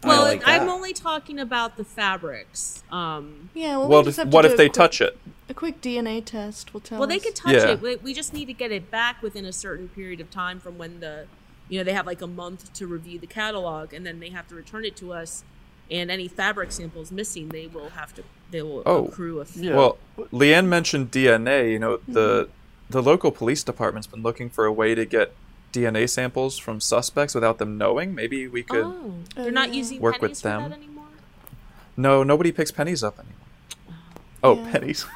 Speaker 3: Well,
Speaker 5: like
Speaker 3: I'm
Speaker 5: that.
Speaker 3: only talking about the fabrics. Um,
Speaker 2: Yeah. Well,
Speaker 6: Well,
Speaker 2: we just
Speaker 6: if-
Speaker 2: have to
Speaker 6: what
Speaker 2: do
Speaker 6: if
Speaker 2: a
Speaker 6: they
Speaker 2: quick-
Speaker 6: touch it?
Speaker 2: A quick DNA test will tell.
Speaker 3: well, they
Speaker 2: us.
Speaker 3: could touch
Speaker 6: Yeah.
Speaker 3: it. We, we just need to get it back within a certain period of time from when the, you know, they have like a month to review the catalog, and then they have to return it to us. And any fabric samples missing, they will have to they will
Speaker 6: Oh.
Speaker 3: accrue a fee.
Speaker 4: Yeah.
Speaker 6: Well, Leanne mentioned DNA. You know, the the local police department's been looking for a way to get DNA samples from suspects without them knowing. Maybe we could.
Speaker 3: Oh, they're not
Speaker 2: yeah.
Speaker 3: using
Speaker 6: Work
Speaker 3: pennies
Speaker 6: with
Speaker 3: for that
Speaker 6: them.
Speaker 3: anymore.
Speaker 6: No, nobody picks pennies up anymore. Oh,
Speaker 2: Yeah.
Speaker 6: pennies.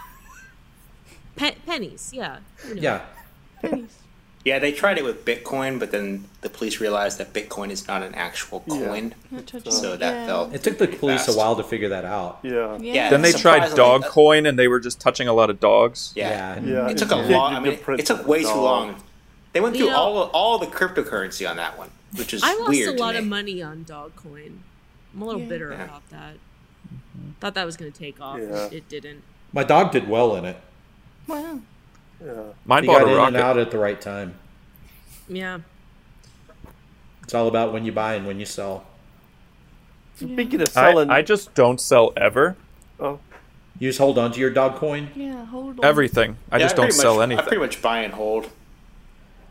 Speaker 3: Pe- pennies, yeah. you know.
Speaker 5: Yeah.
Speaker 7: Yeah, they tried it with Bitcoin, but then the police realized that Bitcoin is not an actual coin,
Speaker 2: Not touching
Speaker 7: so
Speaker 2: it,
Speaker 7: that
Speaker 2: yeah.
Speaker 7: fell.
Speaker 5: It took the police
Speaker 7: fast.
Speaker 5: a while to figure that out.
Speaker 4: Yeah.
Speaker 2: Yeah.
Speaker 7: Yeah.
Speaker 6: then they tried
Speaker 7: Surprisingly,
Speaker 6: dog
Speaker 7: that-
Speaker 6: coin, and they were just touching a lot of dogs.
Speaker 7: Yeah,
Speaker 4: Yeah.
Speaker 7: it took a
Speaker 4: Yeah.
Speaker 7: long. I
Speaker 4: Yeah.
Speaker 7: mean, it took way too long. They went
Speaker 3: You
Speaker 7: through
Speaker 3: know-
Speaker 7: all all the cryptocurrency on that one, which is
Speaker 3: I lost
Speaker 7: weird.
Speaker 3: a lot
Speaker 7: to
Speaker 3: of
Speaker 7: me.
Speaker 3: money on Dogcoin. I'm a little
Speaker 2: Yeah.
Speaker 3: bitter
Speaker 7: Yeah.
Speaker 3: about that. Thought that was going to take off.
Speaker 4: Yeah.
Speaker 3: It didn't.
Speaker 5: My dog did well in it.
Speaker 2: Wow.
Speaker 6: Mine
Speaker 5: He
Speaker 6: bought
Speaker 5: got
Speaker 6: a
Speaker 5: in and
Speaker 6: rocket.
Speaker 5: out at the right time.
Speaker 3: Yeah.
Speaker 5: It's all about when you buy and when you sell.
Speaker 4: Speaking of
Speaker 6: I,
Speaker 4: selling,
Speaker 6: I just don't sell ever
Speaker 4: oh,
Speaker 5: You just hold on to your dog coin.
Speaker 2: Yeah. Hold on.
Speaker 6: everything. I
Speaker 7: Yeah,
Speaker 6: just don't
Speaker 7: pretty
Speaker 6: sell
Speaker 7: much, I
Speaker 6: anything.
Speaker 7: pretty much buy and hold.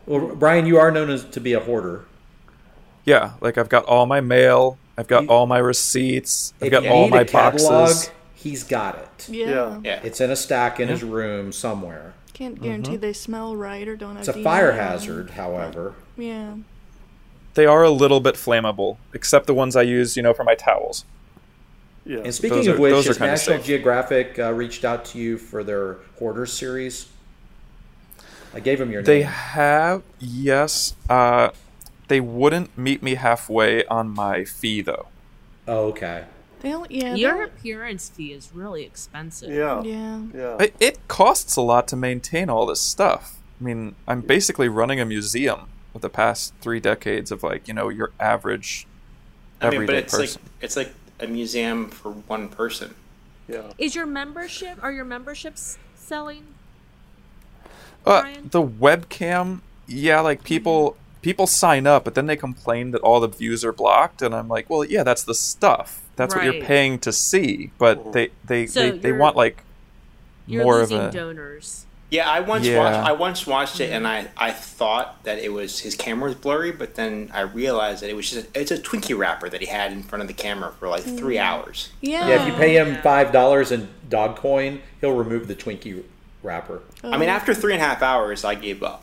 Speaker 5: Well, Brian, you are known as to be a hoarder.
Speaker 6: Yeah, like I've got all my mail, I've got all my receipts, I've
Speaker 5: If
Speaker 6: got
Speaker 5: you
Speaker 6: all
Speaker 5: need
Speaker 6: my
Speaker 5: a catalog,
Speaker 6: boxes.
Speaker 5: he's got it.
Speaker 2: Yeah.
Speaker 4: Yeah.
Speaker 7: Yeah,
Speaker 5: It's in a stack in his room somewhere.
Speaker 2: Can't guarantee
Speaker 6: Mm-hmm.
Speaker 2: they smell right or don't have.
Speaker 5: It's a
Speaker 2: DNA
Speaker 5: fire
Speaker 2: on them.
Speaker 5: hazard, however.
Speaker 2: Yeah.
Speaker 6: They are a little bit flammable, except the ones I use, you know, for my towels.
Speaker 4: yeah.
Speaker 5: And speaking
Speaker 6: Those
Speaker 5: of
Speaker 6: are-
Speaker 5: which,
Speaker 6: those are
Speaker 5: has
Speaker 6: kinda
Speaker 5: National
Speaker 6: safe.
Speaker 5: Geographic uh, reached out to you for their hoarder series? I gave him your
Speaker 6: They
Speaker 5: name.
Speaker 6: have, yes, uh, they wouldn't meet me halfway on my fee though.
Speaker 5: Oh, okay.
Speaker 2: They don't. Yeah.
Speaker 3: Your
Speaker 2: they
Speaker 3: appearance fee is really expensive.
Speaker 4: yeah.
Speaker 2: don't-
Speaker 4: Yeah.
Speaker 2: Yeah.
Speaker 6: It, it costs a lot to maintain all this stuff. I mean, I'm basically running a museum with the past three decades of like, you know, your average
Speaker 7: I mean, but
Speaker 6: everyday
Speaker 7: it's
Speaker 6: person.
Speaker 7: like it's like a museum for one person.
Speaker 4: yeah.
Speaker 3: Is your membership, are your memberships selling?
Speaker 6: Uh,
Speaker 3: Brian?
Speaker 6: the webcam, yeah, like
Speaker 3: Mm-hmm.
Speaker 6: people people sign up, but then they complain that all the views are blocked, and I'm like, well, yeah, that's the stuff. That's what
Speaker 3: Right.
Speaker 6: you're paying to see, but they they
Speaker 3: So
Speaker 6: they, they
Speaker 3: you're-
Speaker 6: want like
Speaker 3: You're
Speaker 6: more of
Speaker 3: losing
Speaker 6: a
Speaker 3: donors.
Speaker 7: Yeah, I once
Speaker 6: Yeah.
Speaker 7: watched. I once watched it, and I I thought that it was his camera was blurry, but then I realized that it was just a, it's a Twinkie wrapper that he had in front of the camera for like
Speaker 3: Mm.
Speaker 7: three hours.
Speaker 2: Yeah.
Speaker 5: Yeah, if you pay him five dollars in dog coin, he'll remove the Twinkie wrapper.
Speaker 7: I mean, after three and a half hours, I gave up.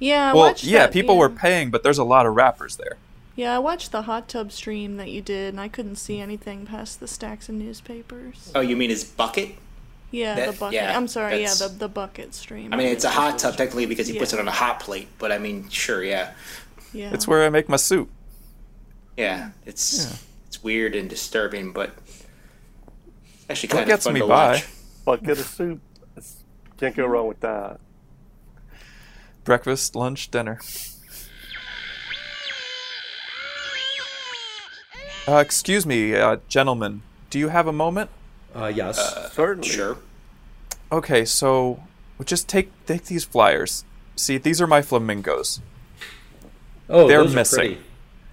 Speaker 2: Yeah, I
Speaker 6: well,
Speaker 2: watched
Speaker 6: yeah,
Speaker 2: that-
Speaker 6: people were paying, but there's a lot of rappers there.
Speaker 2: Yeah, I watched the hot tub stream that you did, and I couldn't see anything past the stacks of newspapers.
Speaker 7: Oh, you mean his bucket?
Speaker 2: Yeah,
Speaker 7: That-
Speaker 2: the bucket.
Speaker 7: yeah,
Speaker 2: I'm sorry. Yeah,
Speaker 7: that's-
Speaker 2: the the bucket stream.
Speaker 7: I mean, it's a hot tub technically because he puts
Speaker 2: Yeah.
Speaker 7: it on a hot plate, but I mean, sure, yeah,
Speaker 2: yeah.
Speaker 6: It's where I make my soup.
Speaker 7: yeah, it's it's weird and disturbing, but actually
Speaker 6: What
Speaker 7: kind of
Speaker 6: gets
Speaker 7: fun
Speaker 6: me
Speaker 7: to
Speaker 6: by?
Speaker 7: watch.
Speaker 4: Bucket of soup. It's- Can't go wrong with that.
Speaker 6: Breakfast, lunch, dinner. Uh, excuse me, uh, gentlemen. Do you have a moment?
Speaker 5: Uh, yes.
Speaker 4: Certainly.
Speaker 7: Sure.
Speaker 6: Okay, so well, just take take these flyers. See, these are my flamingos.
Speaker 5: oh,
Speaker 6: they're
Speaker 5: those are
Speaker 6: missing.
Speaker 5: pretty.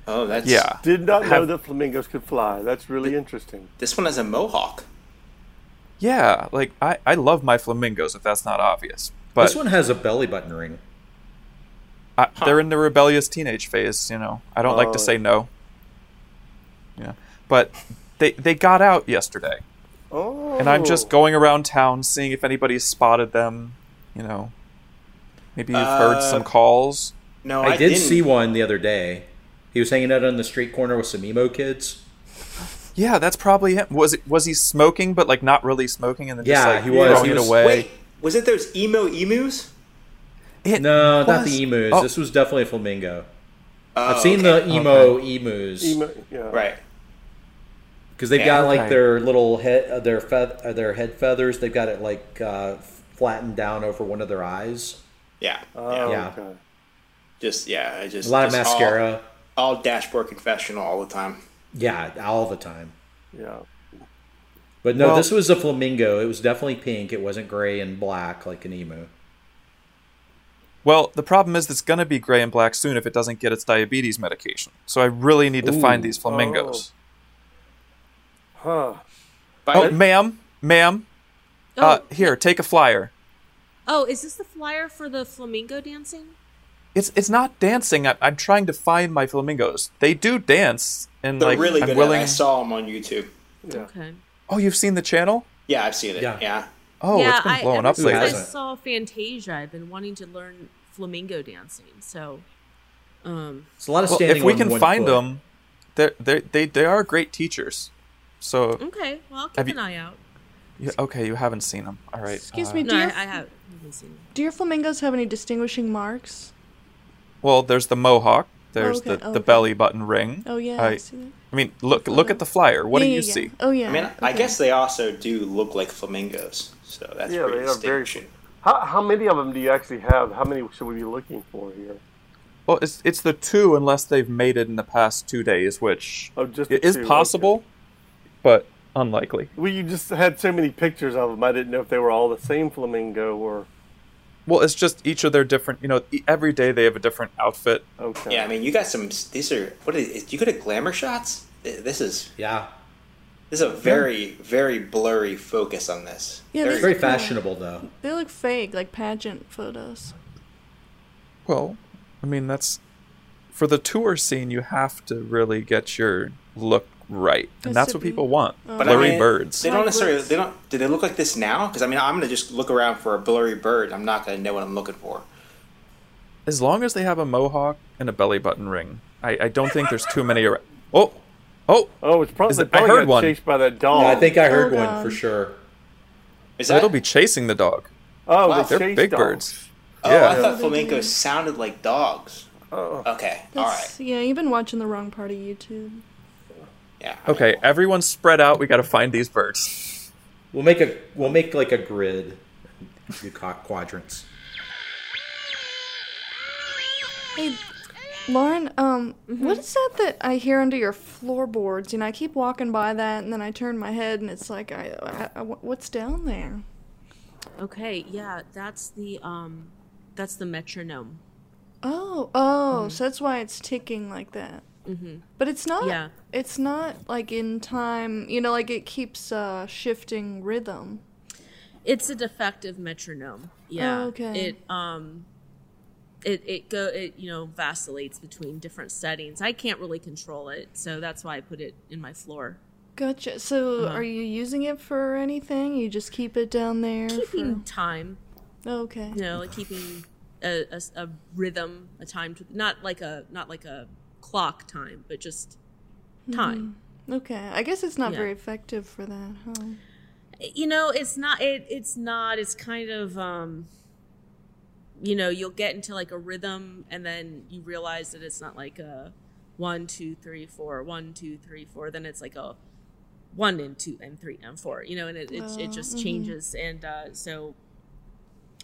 Speaker 7: Oh, that's
Speaker 6: Yeah.
Speaker 4: Did not know
Speaker 6: Have-
Speaker 4: that flamingos could fly. That's really interesting.
Speaker 7: This one has a mohawk.
Speaker 6: Yeah, like I, I love my flamingos if that's not obvious. But
Speaker 5: this one has a belly button ring.
Speaker 6: I, they're in the rebellious teenage phase, you know. I don't like to
Speaker 5: Uh,
Speaker 4: Oh.
Speaker 6: say no. Yeah. But they they got out yesterday.
Speaker 4: Oh.
Speaker 6: And I'm just going around town seeing if anybody's spotted them, you know. Maybe you've heard some
Speaker 7: Uh,
Speaker 6: calls.
Speaker 7: No, I,
Speaker 5: I, did
Speaker 7: didn't.
Speaker 5: see one the other day. He was hanging out on the street corner with some emo kids.
Speaker 6: Yeah, that's probably him. Was it was he smoking but like not really smoking and then just
Speaker 5: Yeah,
Speaker 6: like
Speaker 5: he was.
Speaker 6: throwing
Speaker 5: He
Speaker 6: it
Speaker 5: was-
Speaker 6: away?
Speaker 7: Wait, was it those emo emus?
Speaker 6: It
Speaker 5: No, not
Speaker 6: was-
Speaker 5: the emus.
Speaker 6: oh,
Speaker 5: This was definitely a flamingo.
Speaker 7: Oh,
Speaker 5: I've seen
Speaker 7: okay.
Speaker 5: the emo emus.
Speaker 4: Emo- yeah.
Speaker 7: right.
Speaker 5: because they've
Speaker 7: Yeah,
Speaker 5: got like
Speaker 6: okay.
Speaker 5: their little head, uh, their feath- uh, their head feathers. They've got it like uh, flattened down over one of their eyes.
Speaker 7: Yeah.
Speaker 4: Oh,
Speaker 7: yeah.
Speaker 5: Yeah.
Speaker 4: okay.
Speaker 7: Just yeah. I just
Speaker 5: A lot of
Speaker 7: just all-
Speaker 5: mascara.
Speaker 7: All, dashboard confessional all the time.
Speaker 5: Yeah, all the time.
Speaker 4: Yeah.
Speaker 5: But no,
Speaker 6: Well-
Speaker 5: this was a flamingo. It was definitely pink. It wasn't gray and black like an emu.
Speaker 6: Well, the problem is it's going to be gray and black soon if it doesn't get its diabetes medication. So I really need to find
Speaker 5: Ooh.
Speaker 6: these
Speaker 7: Oh.
Speaker 6: flamingos.
Speaker 4: Huh.
Speaker 7: But
Speaker 6: Oh, ma'am, ma'am,
Speaker 3: Oh,
Speaker 6: uh, here, take a flyer.
Speaker 3: oh, is this the flyer for the flamingo dancing?
Speaker 6: It's it's not dancing. I, I'm trying to find my flamingos. They do dance, and
Speaker 7: they're
Speaker 6: like
Speaker 7: really
Speaker 6: I'm
Speaker 7: good.
Speaker 6: willing.
Speaker 7: At it. I saw them on YouTube.
Speaker 3: Okay.
Speaker 6: Oh, you've seen the channel?
Speaker 7: Yeah, I've seen it.
Speaker 5: Yeah.
Speaker 7: Yeah.
Speaker 6: Oh,
Speaker 3: yeah,
Speaker 6: it's been blowing
Speaker 3: I, ever
Speaker 6: up
Speaker 3: since I
Speaker 6: lately.
Speaker 5: hasn't?
Speaker 3: saw Fantasia, I've been wanting to learn flamingo dancing. So, um,
Speaker 5: It's a lot of
Speaker 6: Well,
Speaker 5: standing.
Speaker 6: if we
Speaker 5: on
Speaker 6: can
Speaker 5: one
Speaker 6: find
Speaker 5: foot.
Speaker 6: them, they're, they're, they they are great teachers.
Speaker 2: Mm.
Speaker 6: So
Speaker 3: okay, well, I'll keep
Speaker 6: Have you-
Speaker 3: an eye out.
Speaker 6: you- okay, you haven't seen them. All right.
Speaker 2: Excuse
Speaker 6: uh,
Speaker 2: me. Do
Speaker 3: No, I,
Speaker 2: your
Speaker 3: I have, haven't seen it.
Speaker 2: do your flamingos have any distinguishing marks?
Speaker 6: Well, there's the mohawk. There's
Speaker 2: okay,
Speaker 6: the,
Speaker 2: oh,
Speaker 6: the
Speaker 2: okay.
Speaker 6: belly button ring.
Speaker 2: Oh yeah,
Speaker 6: I,
Speaker 2: I see that.
Speaker 6: I mean, look look at the flyer. What
Speaker 2: yeah,
Speaker 6: do
Speaker 2: yeah,
Speaker 6: you
Speaker 2: yeah.
Speaker 6: see?
Speaker 2: Oh yeah.
Speaker 7: I mean, I
Speaker 2: okay.
Speaker 7: guess they also do look like flamingos, so that's
Speaker 4: Yeah,
Speaker 7: pretty
Speaker 4: they are very.
Speaker 7: distinguishing.
Speaker 4: How, how many of them do you actually have? How many should we be looking for here?
Speaker 6: Well, it's it's the two unless they've made it in the past two days, which
Speaker 4: Oh, just
Speaker 6: it
Speaker 4: the
Speaker 6: is
Speaker 4: two,
Speaker 6: possible, but unlikely.
Speaker 4: Well, you just had so many pictures of them. I didn't know if they were all the same flamingo or
Speaker 6: Well, it's just each of their different. You know, e- every day they have a different outfit.
Speaker 4: okay.
Speaker 7: Yeah, I mean, you got some. These are what is? is- You go to glamour shots. Th- This is
Speaker 5: Yeah,
Speaker 7: this is a very very blurry focus on this.
Speaker 2: Yeah,
Speaker 7: Very-
Speaker 2: they-
Speaker 5: it's very fashionable though.
Speaker 2: They look fake, like pageant photos.
Speaker 6: Well, I mean that's for the tour scene. You have to really get your look right, and
Speaker 2: Has
Speaker 6: that's
Speaker 2: to
Speaker 6: what
Speaker 2: be. Oh.
Speaker 6: people want.
Speaker 7: But I
Speaker 6: Blurry
Speaker 7: mean,
Speaker 6: birds.
Speaker 7: They don't
Speaker 2: Like
Speaker 7: necessarily.
Speaker 2: birds.
Speaker 7: They don't. Do they look like this now? Because I mean, I'm gonna just look around for a blurry bird. I'm not gonna know what I'm looking for.
Speaker 6: As long as they have a mohawk and a belly button ring, I, I don't think there's too many around. Oh, oh,
Speaker 4: Oh, it's probably,
Speaker 6: Is it-
Speaker 4: they probably
Speaker 6: I heard
Speaker 4: got
Speaker 6: one.
Speaker 4: chased by that dog.
Speaker 5: I think I heard
Speaker 2: Oh,
Speaker 5: one
Speaker 2: God.
Speaker 5: for sure.
Speaker 7: Is that?
Speaker 6: that'll be chasing the dog.
Speaker 4: Oh,
Speaker 7: Wow.
Speaker 4: they
Speaker 6: They're
Speaker 4: chased
Speaker 6: big
Speaker 4: dogs.
Speaker 6: birds.
Speaker 7: oh,
Speaker 6: yeah.
Speaker 7: I thought flamingos sounded like dogs.
Speaker 4: Oh.
Speaker 7: Okay, all
Speaker 2: That's,
Speaker 7: right.
Speaker 2: Yeah, you've been watching the wrong part of YouTube.
Speaker 7: Yeah. I mean,
Speaker 6: Okay, everyone spread out. We got to find these birds.
Speaker 5: We'll make a we'll make like a grid. Do qu- quadrants.
Speaker 2: Hey, Lauren, um,
Speaker 3: Mm-hmm.
Speaker 2: what is that that I hear under your floorboards? You know, I keep walking by that, and then I turn my head, and it's like, I, I- I- what's down there?
Speaker 3: Okay, yeah, that's the um, that's the metronome.
Speaker 2: Oh, oh,
Speaker 3: Mm-hmm.
Speaker 2: so that's why it's ticking like that. Mm-hmm. But it's not.
Speaker 3: Yeah.
Speaker 2: It's not like in time. You know, like it keeps uh, shifting rhythm.
Speaker 3: It's a defective metronome. Yeah.
Speaker 2: Oh, okay.
Speaker 3: It um it it go it you know vacillates between different settings. I can't really control it, so that's why I put it in my floor.
Speaker 2: Gotcha.
Speaker 3: Uh-huh.
Speaker 2: So, are you using it for anything? You just keep it down there.
Speaker 3: Keeping
Speaker 2: for-
Speaker 3: time.
Speaker 2: Okay.
Speaker 3: you know like keeping a, a s- a rhythm a time to not like a not like a clock time but just
Speaker 2: Mm-hmm.
Speaker 3: time
Speaker 2: Okay. I guess it's not
Speaker 3: Yeah.
Speaker 2: very effective for that, huh?
Speaker 3: you know it's not it it's not it's kind of um you know you'll get into like a rhythm and then you realize that it's not like a one two three four one two three four then it's like a one and two and three and four you know and it, it, it just changes and uh, so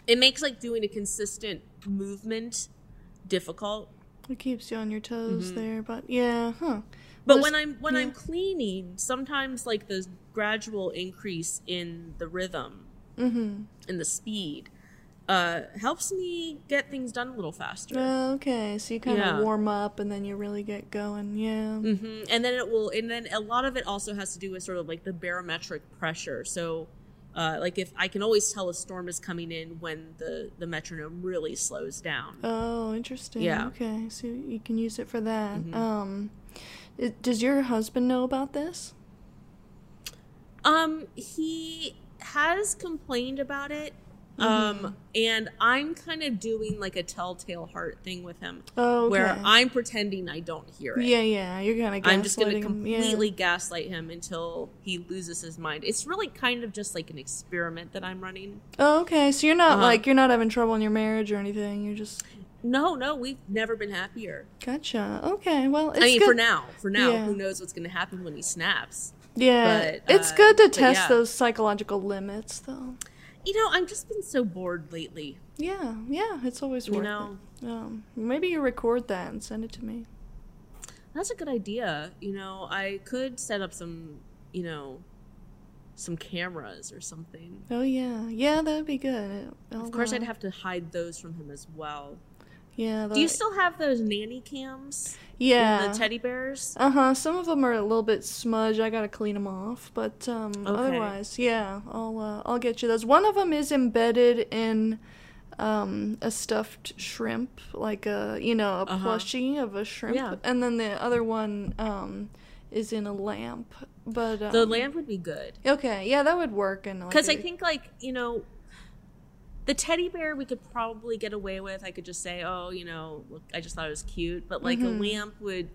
Speaker 3: it makes like doing a consistent movement difficult
Speaker 2: It keeps you on your toes
Speaker 3: Mm-hmm.
Speaker 2: there, but yeah, huh?
Speaker 3: But
Speaker 2: Just-
Speaker 3: when I'm when I'm
Speaker 2: yeah.
Speaker 3: cleaning, sometimes like the gradual increase in the rhythm and the speed uh, helps me get things done a little faster.
Speaker 2: Oh, okay, so you kind of
Speaker 3: Yeah.
Speaker 2: warm up and then you really get going. Yeah.
Speaker 3: hmm And then it will, and then a lot of it also has to do with sort of like the barometric pressure. So, uh, like if I can always tell a storm is coming in when the the metronome really slows down.
Speaker 2: Oh, interesting.
Speaker 3: Yeah. Mm-hmm.
Speaker 2: Okay, so you can use it for that. Um, i- does your husband know about this?
Speaker 3: Um, he has complained about it.
Speaker 2: Mm-hmm.
Speaker 3: Um, and I'm kind of doing like a telltale heart thing with him,
Speaker 2: Oh,
Speaker 3: where
Speaker 2: okay.
Speaker 3: I'm pretending I don't hear it.
Speaker 2: Yeah, yeah. You're kind of.
Speaker 3: I'm just going to
Speaker 2: yeah.
Speaker 3: completely gaslight him until he loses his mind. It's really kind of just like an experiment that I'm running.
Speaker 2: Oh, okay. So you're not
Speaker 3: Uh-huh.
Speaker 2: like you're not having trouble in your marriage or anything. You're just
Speaker 3: No, no, we've never been happier.
Speaker 2: gotcha. Okay. Well, it's
Speaker 3: I mean,
Speaker 2: good.
Speaker 3: for now, for now,
Speaker 2: Yeah.
Speaker 3: who knows what's going to happen when he snaps?
Speaker 2: Yeah,
Speaker 3: but,
Speaker 2: it's
Speaker 3: uh,
Speaker 2: good to
Speaker 3: but
Speaker 2: test
Speaker 3: yeah.
Speaker 2: those psychological limits, though.
Speaker 3: You know, I've just been so bored lately.
Speaker 2: Yeah, yeah. It's always
Speaker 3: You
Speaker 2: worth
Speaker 3: know,
Speaker 2: it. Um, maybe you record that and send it to me.
Speaker 3: That's a good idea. You know, I could set up some, you know, some cameras or something.
Speaker 2: Oh yeah, yeah. That'd be good. I'll,
Speaker 3: Of course,
Speaker 2: uh,
Speaker 3: I'd have to hide those from him as well.
Speaker 2: Yeah.
Speaker 3: Do you
Speaker 2: the-
Speaker 3: still have those nanny cams?
Speaker 2: Yeah.
Speaker 3: The teddy bears?
Speaker 2: Uh huh. Some of them are a little bit smudged. I gotta clean them off, but um, otherwise, yeah, I'll uh, I'll get you those. One of them is embedded in um, a stuffed shrimp, like a you know a plushie of a shrimp,
Speaker 3: Uh-huh. Yeah.
Speaker 2: and then the other one um, is in a lamp. But um,
Speaker 3: The lamp would be good.
Speaker 2: Okay, yeah, that would work. And like
Speaker 3: Because I
Speaker 2: a-
Speaker 3: think, like, you know, the teddy bear we could probably get away with. I could just say, oh, you know, look, I just thought it was cute. But, like,
Speaker 2: Mm-hmm.
Speaker 3: a lamp would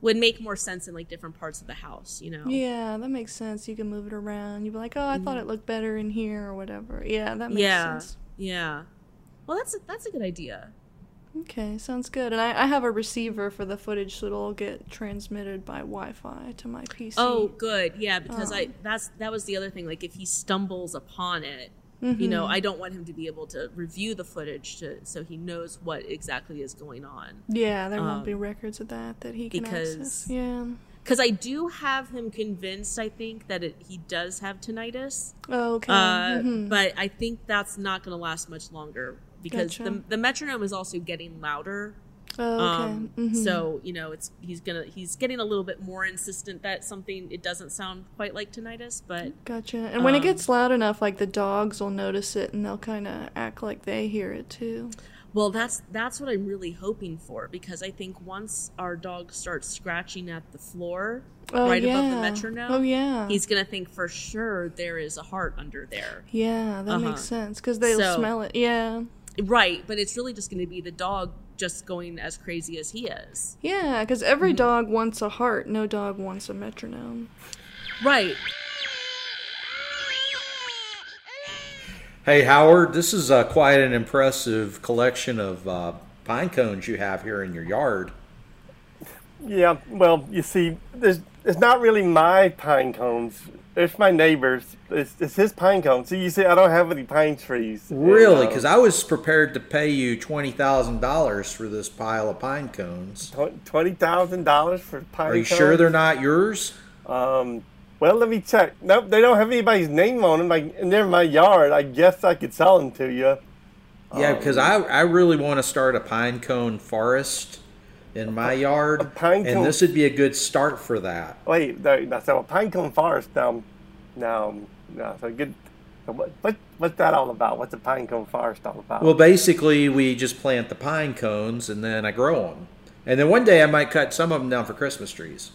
Speaker 3: would make more sense in like different parts of the house you know
Speaker 2: Yeah, that makes sense. You can move it around. You'd be like, oh, I thought it looked better in here or whatever. Yeah, that makes
Speaker 3: Mm. yeah
Speaker 2: sense.
Speaker 3: yeah well that's a, that's a good idea
Speaker 2: Okay, sounds good. And I, I have a receiver for the footage, so it'll get transmitted by Wi-Fi to my PC.
Speaker 3: Oh, good. Yeah, because
Speaker 2: Oh.
Speaker 3: I that's that was the other thing. Like if he stumbles upon it, you
Speaker 2: Mm-hmm.
Speaker 3: know, I don't want him to be able to review the footage to so he knows what exactly is going on.
Speaker 2: yeah, there won't be
Speaker 3: um,
Speaker 2: records of that that he can access.
Speaker 3: because-
Speaker 2: Yeah.
Speaker 3: Because I do have him convinced. I think that it, he does have tinnitus,
Speaker 2: Oh, okay.
Speaker 3: uh,
Speaker 2: mhm.
Speaker 3: but I think that's not going to last much longer because the,
Speaker 2: Gotcha.
Speaker 3: the metronome is also getting louder.
Speaker 2: Oh, okay.
Speaker 3: Um,
Speaker 2: mhm.
Speaker 3: So you know, it's he's gonna he's getting a little bit more insistent that something it doesn't sound quite like tinnitus, but
Speaker 2: gotcha. And when it
Speaker 3: um,
Speaker 2: gets loud enough, like the dogs will notice it and they'll kind of act like they hear it too.
Speaker 3: Well, that's that's what I'm really hoping for because I think once our dog starts scratching at the floor
Speaker 2: Oh,
Speaker 3: right above the
Speaker 2: yeah.
Speaker 3: metronome,
Speaker 2: Oh, yeah.
Speaker 3: he's gonna think for sure there is a heart under there,
Speaker 2: Yeah, that
Speaker 3: Uh-huh.
Speaker 2: makes sense because they'll
Speaker 3: So-
Speaker 2: smell it. Yeah.
Speaker 3: right? But it's really just gonna be the dog just going as crazy as he is,
Speaker 2: Yeah, because every dog wants a heart. No dog wants a metronome.
Speaker 3: right?
Speaker 5: Hey, Howard, this is uh, quite an impressive collection of uh, pine cones you have here in your yard.
Speaker 4: Yeah, well, you see, there's, it's not really my pine cones. It's my neighbor's. It's, it's his pine cones. See, you see, I don't have any pine trees.
Speaker 5: Really?
Speaker 4: And, uh,
Speaker 5: Because I was prepared to pay you $20,000 for this pile of pine cones.
Speaker 4: tw- twenty thousand dollars for pine.
Speaker 5: Are you
Speaker 4: cones?
Speaker 5: sure they're not yours?
Speaker 4: Um, well, let me check. Nope, they don't have anybody's name on them. Like, and they're in my yard. I guess I could sell them to you.
Speaker 5: Yeah,
Speaker 4: Um,
Speaker 5: because I, I really want to start a pine cone forest in my yard.
Speaker 4: pine
Speaker 5: and
Speaker 4: cone-
Speaker 5: this would be a good start for that.
Speaker 4: Wait, no, that's a pine cone forest. Now, now, now. So good. so What, what what's that all about? What's a pine cone forest all about?
Speaker 5: Well, basically, we just plant the pine cones and then I grow them. And then one day I might cut some of them down for Christmas trees.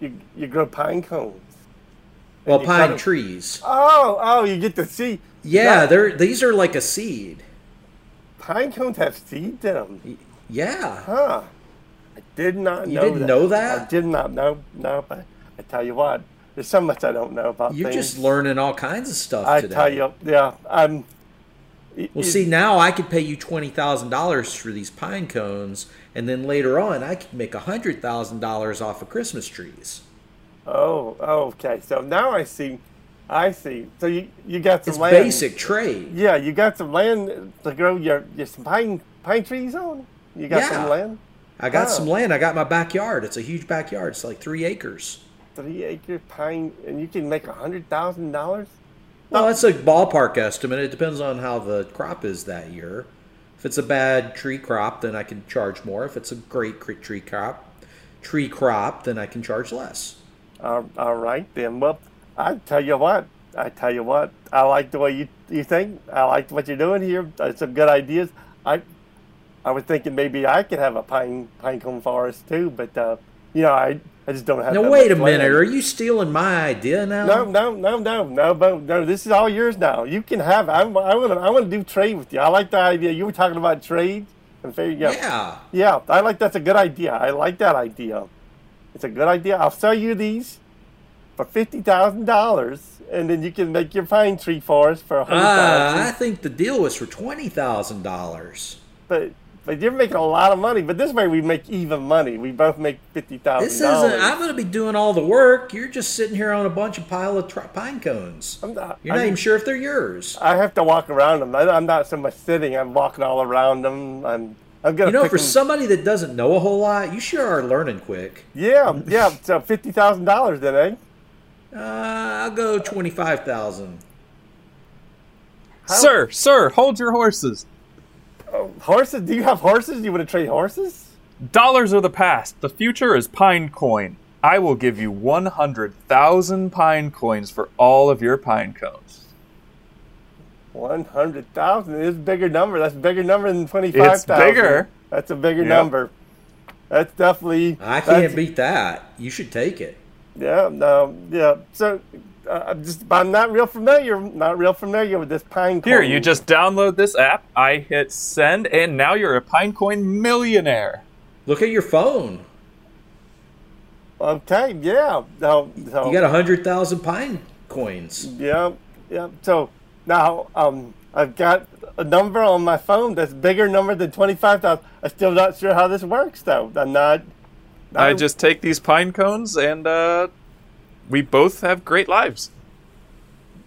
Speaker 4: you you grow pine cones.
Speaker 5: Well,
Speaker 4: you
Speaker 5: pine
Speaker 4: cut 'em.
Speaker 5: trees.
Speaker 4: Oh, oh, you get to see.
Speaker 5: Yeah,
Speaker 4: Yeah.
Speaker 5: they're these are like a seed.
Speaker 4: Pine cones have seeds in them.
Speaker 5: Yeah.
Speaker 4: Huh. I did not
Speaker 5: You
Speaker 4: know
Speaker 5: didn't
Speaker 4: that.
Speaker 5: know that?
Speaker 4: I did not know. No, I, I tell you what, there's so much I don't know about
Speaker 5: You're
Speaker 4: things.
Speaker 5: just learning all kinds of stuff
Speaker 4: I
Speaker 5: today.
Speaker 4: tell you, yeah, I'm. it-
Speaker 5: Well,
Speaker 4: it-
Speaker 5: see, now I could pay you twenty thousand dollars for these pine cones, and then later on I could make hundred thousand dollars off of Christmas trees.
Speaker 4: Oh, oh, okay. So now I see. I see. So you you got some
Speaker 5: It's
Speaker 4: land.
Speaker 5: basic trade.
Speaker 4: Yeah, you got some land to grow your, your some pine pine trees on. You got
Speaker 5: Yeah.
Speaker 4: some land,
Speaker 5: I got
Speaker 4: Oh.
Speaker 5: some land. I got my backyard. It's a huge backyard. It's like three acres.
Speaker 4: three acre pine, and you can make a hundred thousand dollars.
Speaker 5: Well, that's a ballpark estimate. It depends on how the crop is that year. If it's a bad tree crop, then I can charge more. If it's a great cre- tree crop, tree crop, then I can charge less.
Speaker 4: All, all right then. Well, I tell you what. I tell you what. I like the way you you think. I like what you're doing here. Uh, some good ideas. I I was thinking maybe I could have a pine pine cone forest too, but uh, you know I I just don't have.
Speaker 5: Now
Speaker 4: that
Speaker 5: wait a
Speaker 4: much land.
Speaker 5: minute. Are you stealing my idea now?
Speaker 4: No, no, no, no, no, no, no. This is all yours now. You can have. I, I want to. I want to do trade with you. I like the idea. You were talking about trade and fair. Yeah,
Speaker 5: Yeah.
Speaker 4: yeah. I like that's a good idea. I like that idea. It's a good idea. I'll sell you these for fifty thousand dollars, and then you can make your pine tree forest for a hundred
Speaker 5: Uh, I
Speaker 4: thousand.
Speaker 5: think the deal was for twenty thousand dollars.
Speaker 4: But but you're making a lot of money. But this way we make even money. We both make fifty
Speaker 5: This
Speaker 4: thousand
Speaker 5: isn't. I'm
Speaker 4: dollars.
Speaker 5: going to be doing all the work. You're just sitting here on a bunch of pile of tri- pine cones.
Speaker 4: I'm not-
Speaker 5: You're not
Speaker 4: I'm-
Speaker 5: even sure if they're yours.
Speaker 4: I have to walk around them. I, I'm not so much sitting. I'm walking all around them. I'm. I'm gonna
Speaker 5: You know,
Speaker 4: pick
Speaker 5: for
Speaker 4: 'em-
Speaker 5: somebody that doesn't know a whole lot, you sure are learning quick.
Speaker 4: Yeah, yeah. So fifty thousand dollars then, eh?
Speaker 5: Uh, I'll go twenty-five thousand.
Speaker 6: Sir, sir, hold your horses.
Speaker 4: Horses? Do you have horses? You want to trade horses?
Speaker 6: Dollars are the past. The future is pine coin. I will give you 100,000 pine coins for all of your pine cones.
Speaker 4: One hundred thousand is a bigger number. That's a bigger number than twenty five thousand.
Speaker 6: bigger.
Speaker 4: That's a bigger
Speaker 6: Yep.
Speaker 4: number. That's definitely.
Speaker 5: I
Speaker 4: that's-
Speaker 5: can't beat that. You should take it.
Speaker 4: Yeah, no, yeah. So, uh, I'm just I'm not real familiar. Not real familiar with this pine.
Speaker 6: Here,
Speaker 4: cone.
Speaker 6: you just download this app. I hit send, and now you're a pine coin millionaire.
Speaker 5: Look at your phone.
Speaker 4: okay? Yeah. No, so,
Speaker 5: You got a hundred thousand pine coins.
Speaker 4: Yeah, yeah. So now um, I've got a number on my phone that's bigger number than twenty five thousand. I'm still not sure how this works though. I'm not.
Speaker 6: I just take these pine cones, and uh, we both have great lives.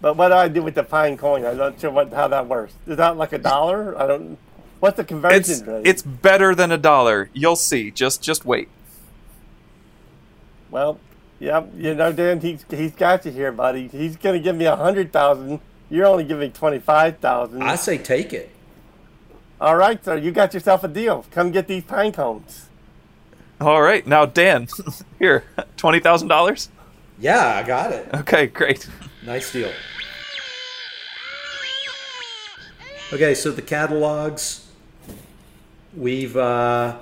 Speaker 4: But what do I do with the pine coin? I'm not sure what how that works. Is that like a dollar? I don't. What's the conversion
Speaker 6: It's
Speaker 4: rate?
Speaker 6: it's better than a dollar. You'll see. Just just wait.
Speaker 4: well, yeah. You know, Dan, he's he's got you here, buddy. He's gonna give me a hundred thousand. You're only giving twenty five thousand.
Speaker 5: I say take it.
Speaker 4: All right, sir. You got yourself a deal. Come get these pine cones.
Speaker 6: All right, now Dan, here, twenty thousand dollars.
Speaker 5: Yeah, I got it.
Speaker 6: Okay, great.
Speaker 5: Nice deal. Okay, so the catalogs, we've uh,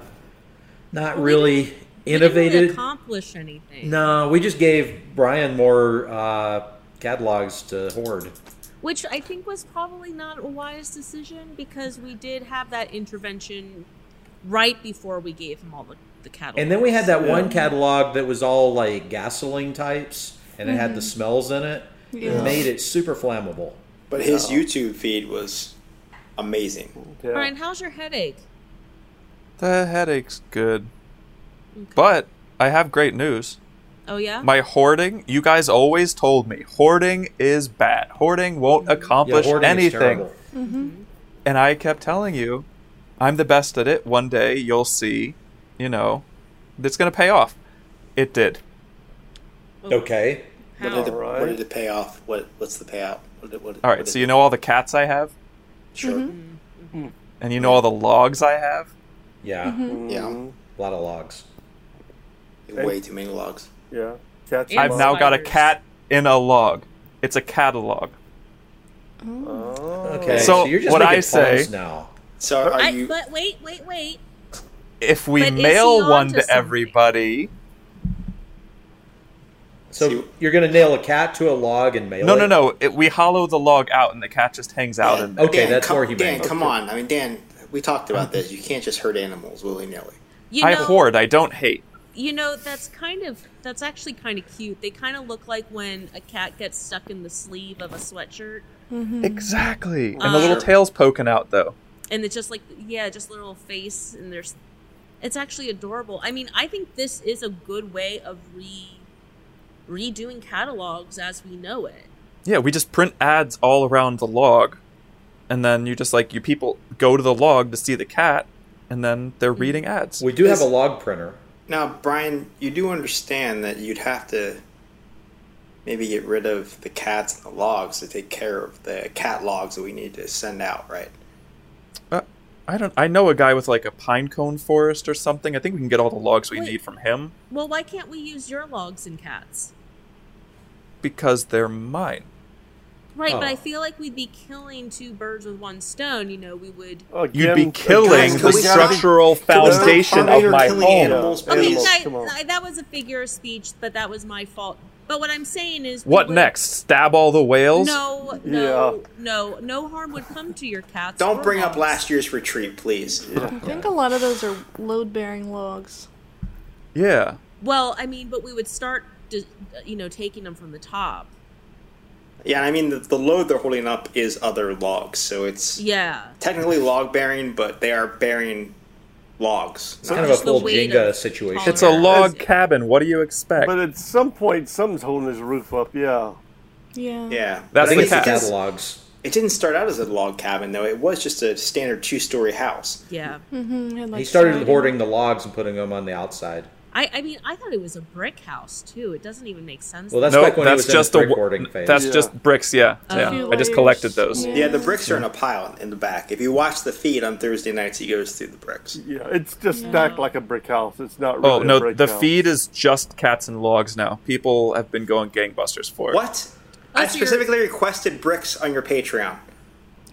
Speaker 5: not really
Speaker 3: We didn't really
Speaker 5: innovated.
Speaker 3: accomplish anything.
Speaker 5: No, we just gave Brian more uh, catalogs to hoard.
Speaker 3: Which I think was probably not a wise decision because we did have that intervention right before we gave him all the, the catalogs.
Speaker 5: And then we had that one catalog that was all like gasoline types and it
Speaker 3: Mm-hmm.
Speaker 5: had the smells in it. It
Speaker 2: Yeah.
Speaker 5: made it super flammable.
Speaker 7: But his YouTube feed was amazing.
Speaker 4: Yeah.
Speaker 3: Brian, how's your headache?
Speaker 6: The headache's good, but I have great news.
Speaker 3: Oh yeah?
Speaker 6: My hoarding, you guys always told me, hoarding is bad. Hoarding won't accomplish
Speaker 5: hoarding is
Speaker 6: anything.
Speaker 5: terrible.
Speaker 6: And I kept telling you, I'm the best at it. One day you'll see, you know, it's going to pay off. It did.
Speaker 5: Okay.
Speaker 3: How?
Speaker 7: What did, the,
Speaker 4: Alright.
Speaker 7: what did it pay off? What What's the payout? What did, what,
Speaker 6: All right, so you know all the cats I have,
Speaker 7: Sure.
Speaker 2: Mm-hmm.
Speaker 6: and you know all the logs I have.
Speaker 5: Yeah,
Speaker 3: Mm-hmm.
Speaker 7: Yeah.
Speaker 6: Mm-hmm.
Speaker 5: a lot of logs.
Speaker 7: Way too many logs.
Speaker 4: Yeah. That's
Speaker 3: I've
Speaker 6: I've now got a
Speaker 3: Spiders.
Speaker 6: cat in a log. It's a catalog.
Speaker 3: Oh.
Speaker 5: Okay, so,
Speaker 6: So,
Speaker 5: you're just
Speaker 6: what
Speaker 5: making
Speaker 6: I say-
Speaker 5: puns now.
Speaker 7: So are
Speaker 3: I,
Speaker 7: you?
Speaker 3: but wait, wait, wait.
Speaker 6: If we
Speaker 3: But is he
Speaker 6: mail one
Speaker 3: onto
Speaker 6: to
Speaker 3: something?
Speaker 6: everybody,
Speaker 5: So
Speaker 7: See-
Speaker 5: you're gonna nail a cat to a log and mail
Speaker 6: No,
Speaker 5: it?
Speaker 6: no, no. It, we hollow the log out, and the cat just hangs out.
Speaker 7: Dan,
Speaker 6: And
Speaker 5: Okay, that's
Speaker 7: come,
Speaker 5: where he
Speaker 7: Dan,
Speaker 5: made it.
Speaker 7: come on. I mean, Dan, we talked
Speaker 6: Mm-hmm.
Speaker 7: about this. You can't just hurt animals willy nilly.
Speaker 3: You
Speaker 6: I
Speaker 3: know,
Speaker 6: hoard. I don't hate.
Speaker 3: You know, that's kind of that's actually kind of cute. They kind of look like when a cat gets stuck in the sleeve of a sweatshirt, Mm-hmm.
Speaker 6: Exactly. And
Speaker 3: Uh,
Speaker 6: the little tail's poking out though.
Speaker 3: and it's just like yeah, just a little face, and there's. It's actually adorable. I mean, I think this is a good way of re redoing catalogs as we know it.
Speaker 6: Yeah, we just print ads all around the log, and then you just like you people go to the log to see the cat, and then they're reading ads.
Speaker 5: We do have a log printer.
Speaker 7: Now, Brian, you do understand that you'd have to maybe get rid of the cats and the logs to take care of the cat logs that we need to send out, right?
Speaker 6: Uh, I don't. I know a guy with like a pine cone forest or something. I think we can get all the logs we
Speaker 3: Wait.
Speaker 6: need from him
Speaker 3: Well, why can't we use your logs and cats?
Speaker 6: because they're mine.
Speaker 3: Right, but
Speaker 5: Oh.
Speaker 3: I feel like we'd be killing two birds with one stone. You know, we would.
Speaker 4: Oh,
Speaker 6: You'd
Speaker 4: Again,
Speaker 6: be killing
Speaker 4: again,
Speaker 7: can
Speaker 6: the
Speaker 7: we stop-
Speaker 6: structural
Speaker 7: can we stop
Speaker 6: foundation
Speaker 7: farming
Speaker 6: of
Speaker 7: or
Speaker 6: my
Speaker 7: killing
Speaker 6: home.
Speaker 7: Animals,
Speaker 4: Okay,
Speaker 7: please.
Speaker 4: Animals,
Speaker 3: guys,
Speaker 4: come on.
Speaker 3: I- that was a figure of speech, but that was my fault. But what I'm saying is, we
Speaker 6: What
Speaker 3: would-
Speaker 6: next? Stab all the whales?
Speaker 3: No, no, no, no harm would come to your cats.
Speaker 7: Don't
Speaker 3: or
Speaker 7: bring up
Speaker 3: dogs.
Speaker 7: last year's retreat, please.
Speaker 2: I think a lot of those are load bearing logs.
Speaker 6: Yeah.
Speaker 3: Well, I mean, but we would start, to, you know, taking them from the top.
Speaker 7: Yeah, I mean, the, the load they're holding up is other logs, so it's
Speaker 3: Yeah,
Speaker 7: technically log bearing, but they are bearing logs.
Speaker 5: It's kind of a
Speaker 3: Just the
Speaker 5: full
Speaker 3: weight
Speaker 5: Jenga
Speaker 3: of
Speaker 5: situation.
Speaker 3: taller.
Speaker 6: It's a log
Speaker 3: It's-
Speaker 6: cabin. What do you expect?
Speaker 4: But at some point, something's holding his roof up. Yeah.
Speaker 2: Yeah.
Speaker 7: yeah.
Speaker 5: I
Speaker 6: That's
Speaker 5: think
Speaker 6: the
Speaker 5: it's the
Speaker 6: cat.
Speaker 5: catalogs.
Speaker 7: It didn't start out as a log cabin, though. It was just a standard two story house.
Speaker 3: yeah.
Speaker 2: Mm-hmm, and, like,
Speaker 5: He started
Speaker 2: siding.
Speaker 5: hoarding the logs and putting them on the outside.
Speaker 3: I, I mean, I thought it was a brick house too. It doesn't even make sense.
Speaker 5: Well, that's
Speaker 6: no,
Speaker 5: back when
Speaker 6: that's
Speaker 5: he was
Speaker 6: just
Speaker 5: in
Speaker 6: a
Speaker 5: his brick
Speaker 6: wo-
Speaker 5: hoarding phase.
Speaker 6: that's
Speaker 4: Yeah.
Speaker 6: just bricks. Yeah,
Speaker 3: A
Speaker 6: yeah.
Speaker 2: few
Speaker 6: I just
Speaker 2: layers,
Speaker 6: collected those.
Speaker 2: yeah.
Speaker 7: Yeah, the bricks are in a pile in the back. If you watch the feed on Thursday nights, he goes through the bricks.
Speaker 4: Yeah. It's just stacked like a brick house. It's not really
Speaker 6: Oh
Speaker 4: a
Speaker 6: no,
Speaker 4: brick
Speaker 6: the
Speaker 4: house.
Speaker 6: feed is just cats and logs now. People have been going gangbusters for it.
Speaker 7: What? I
Speaker 3: That's your-
Speaker 7: specifically requested bricks on your Patreon.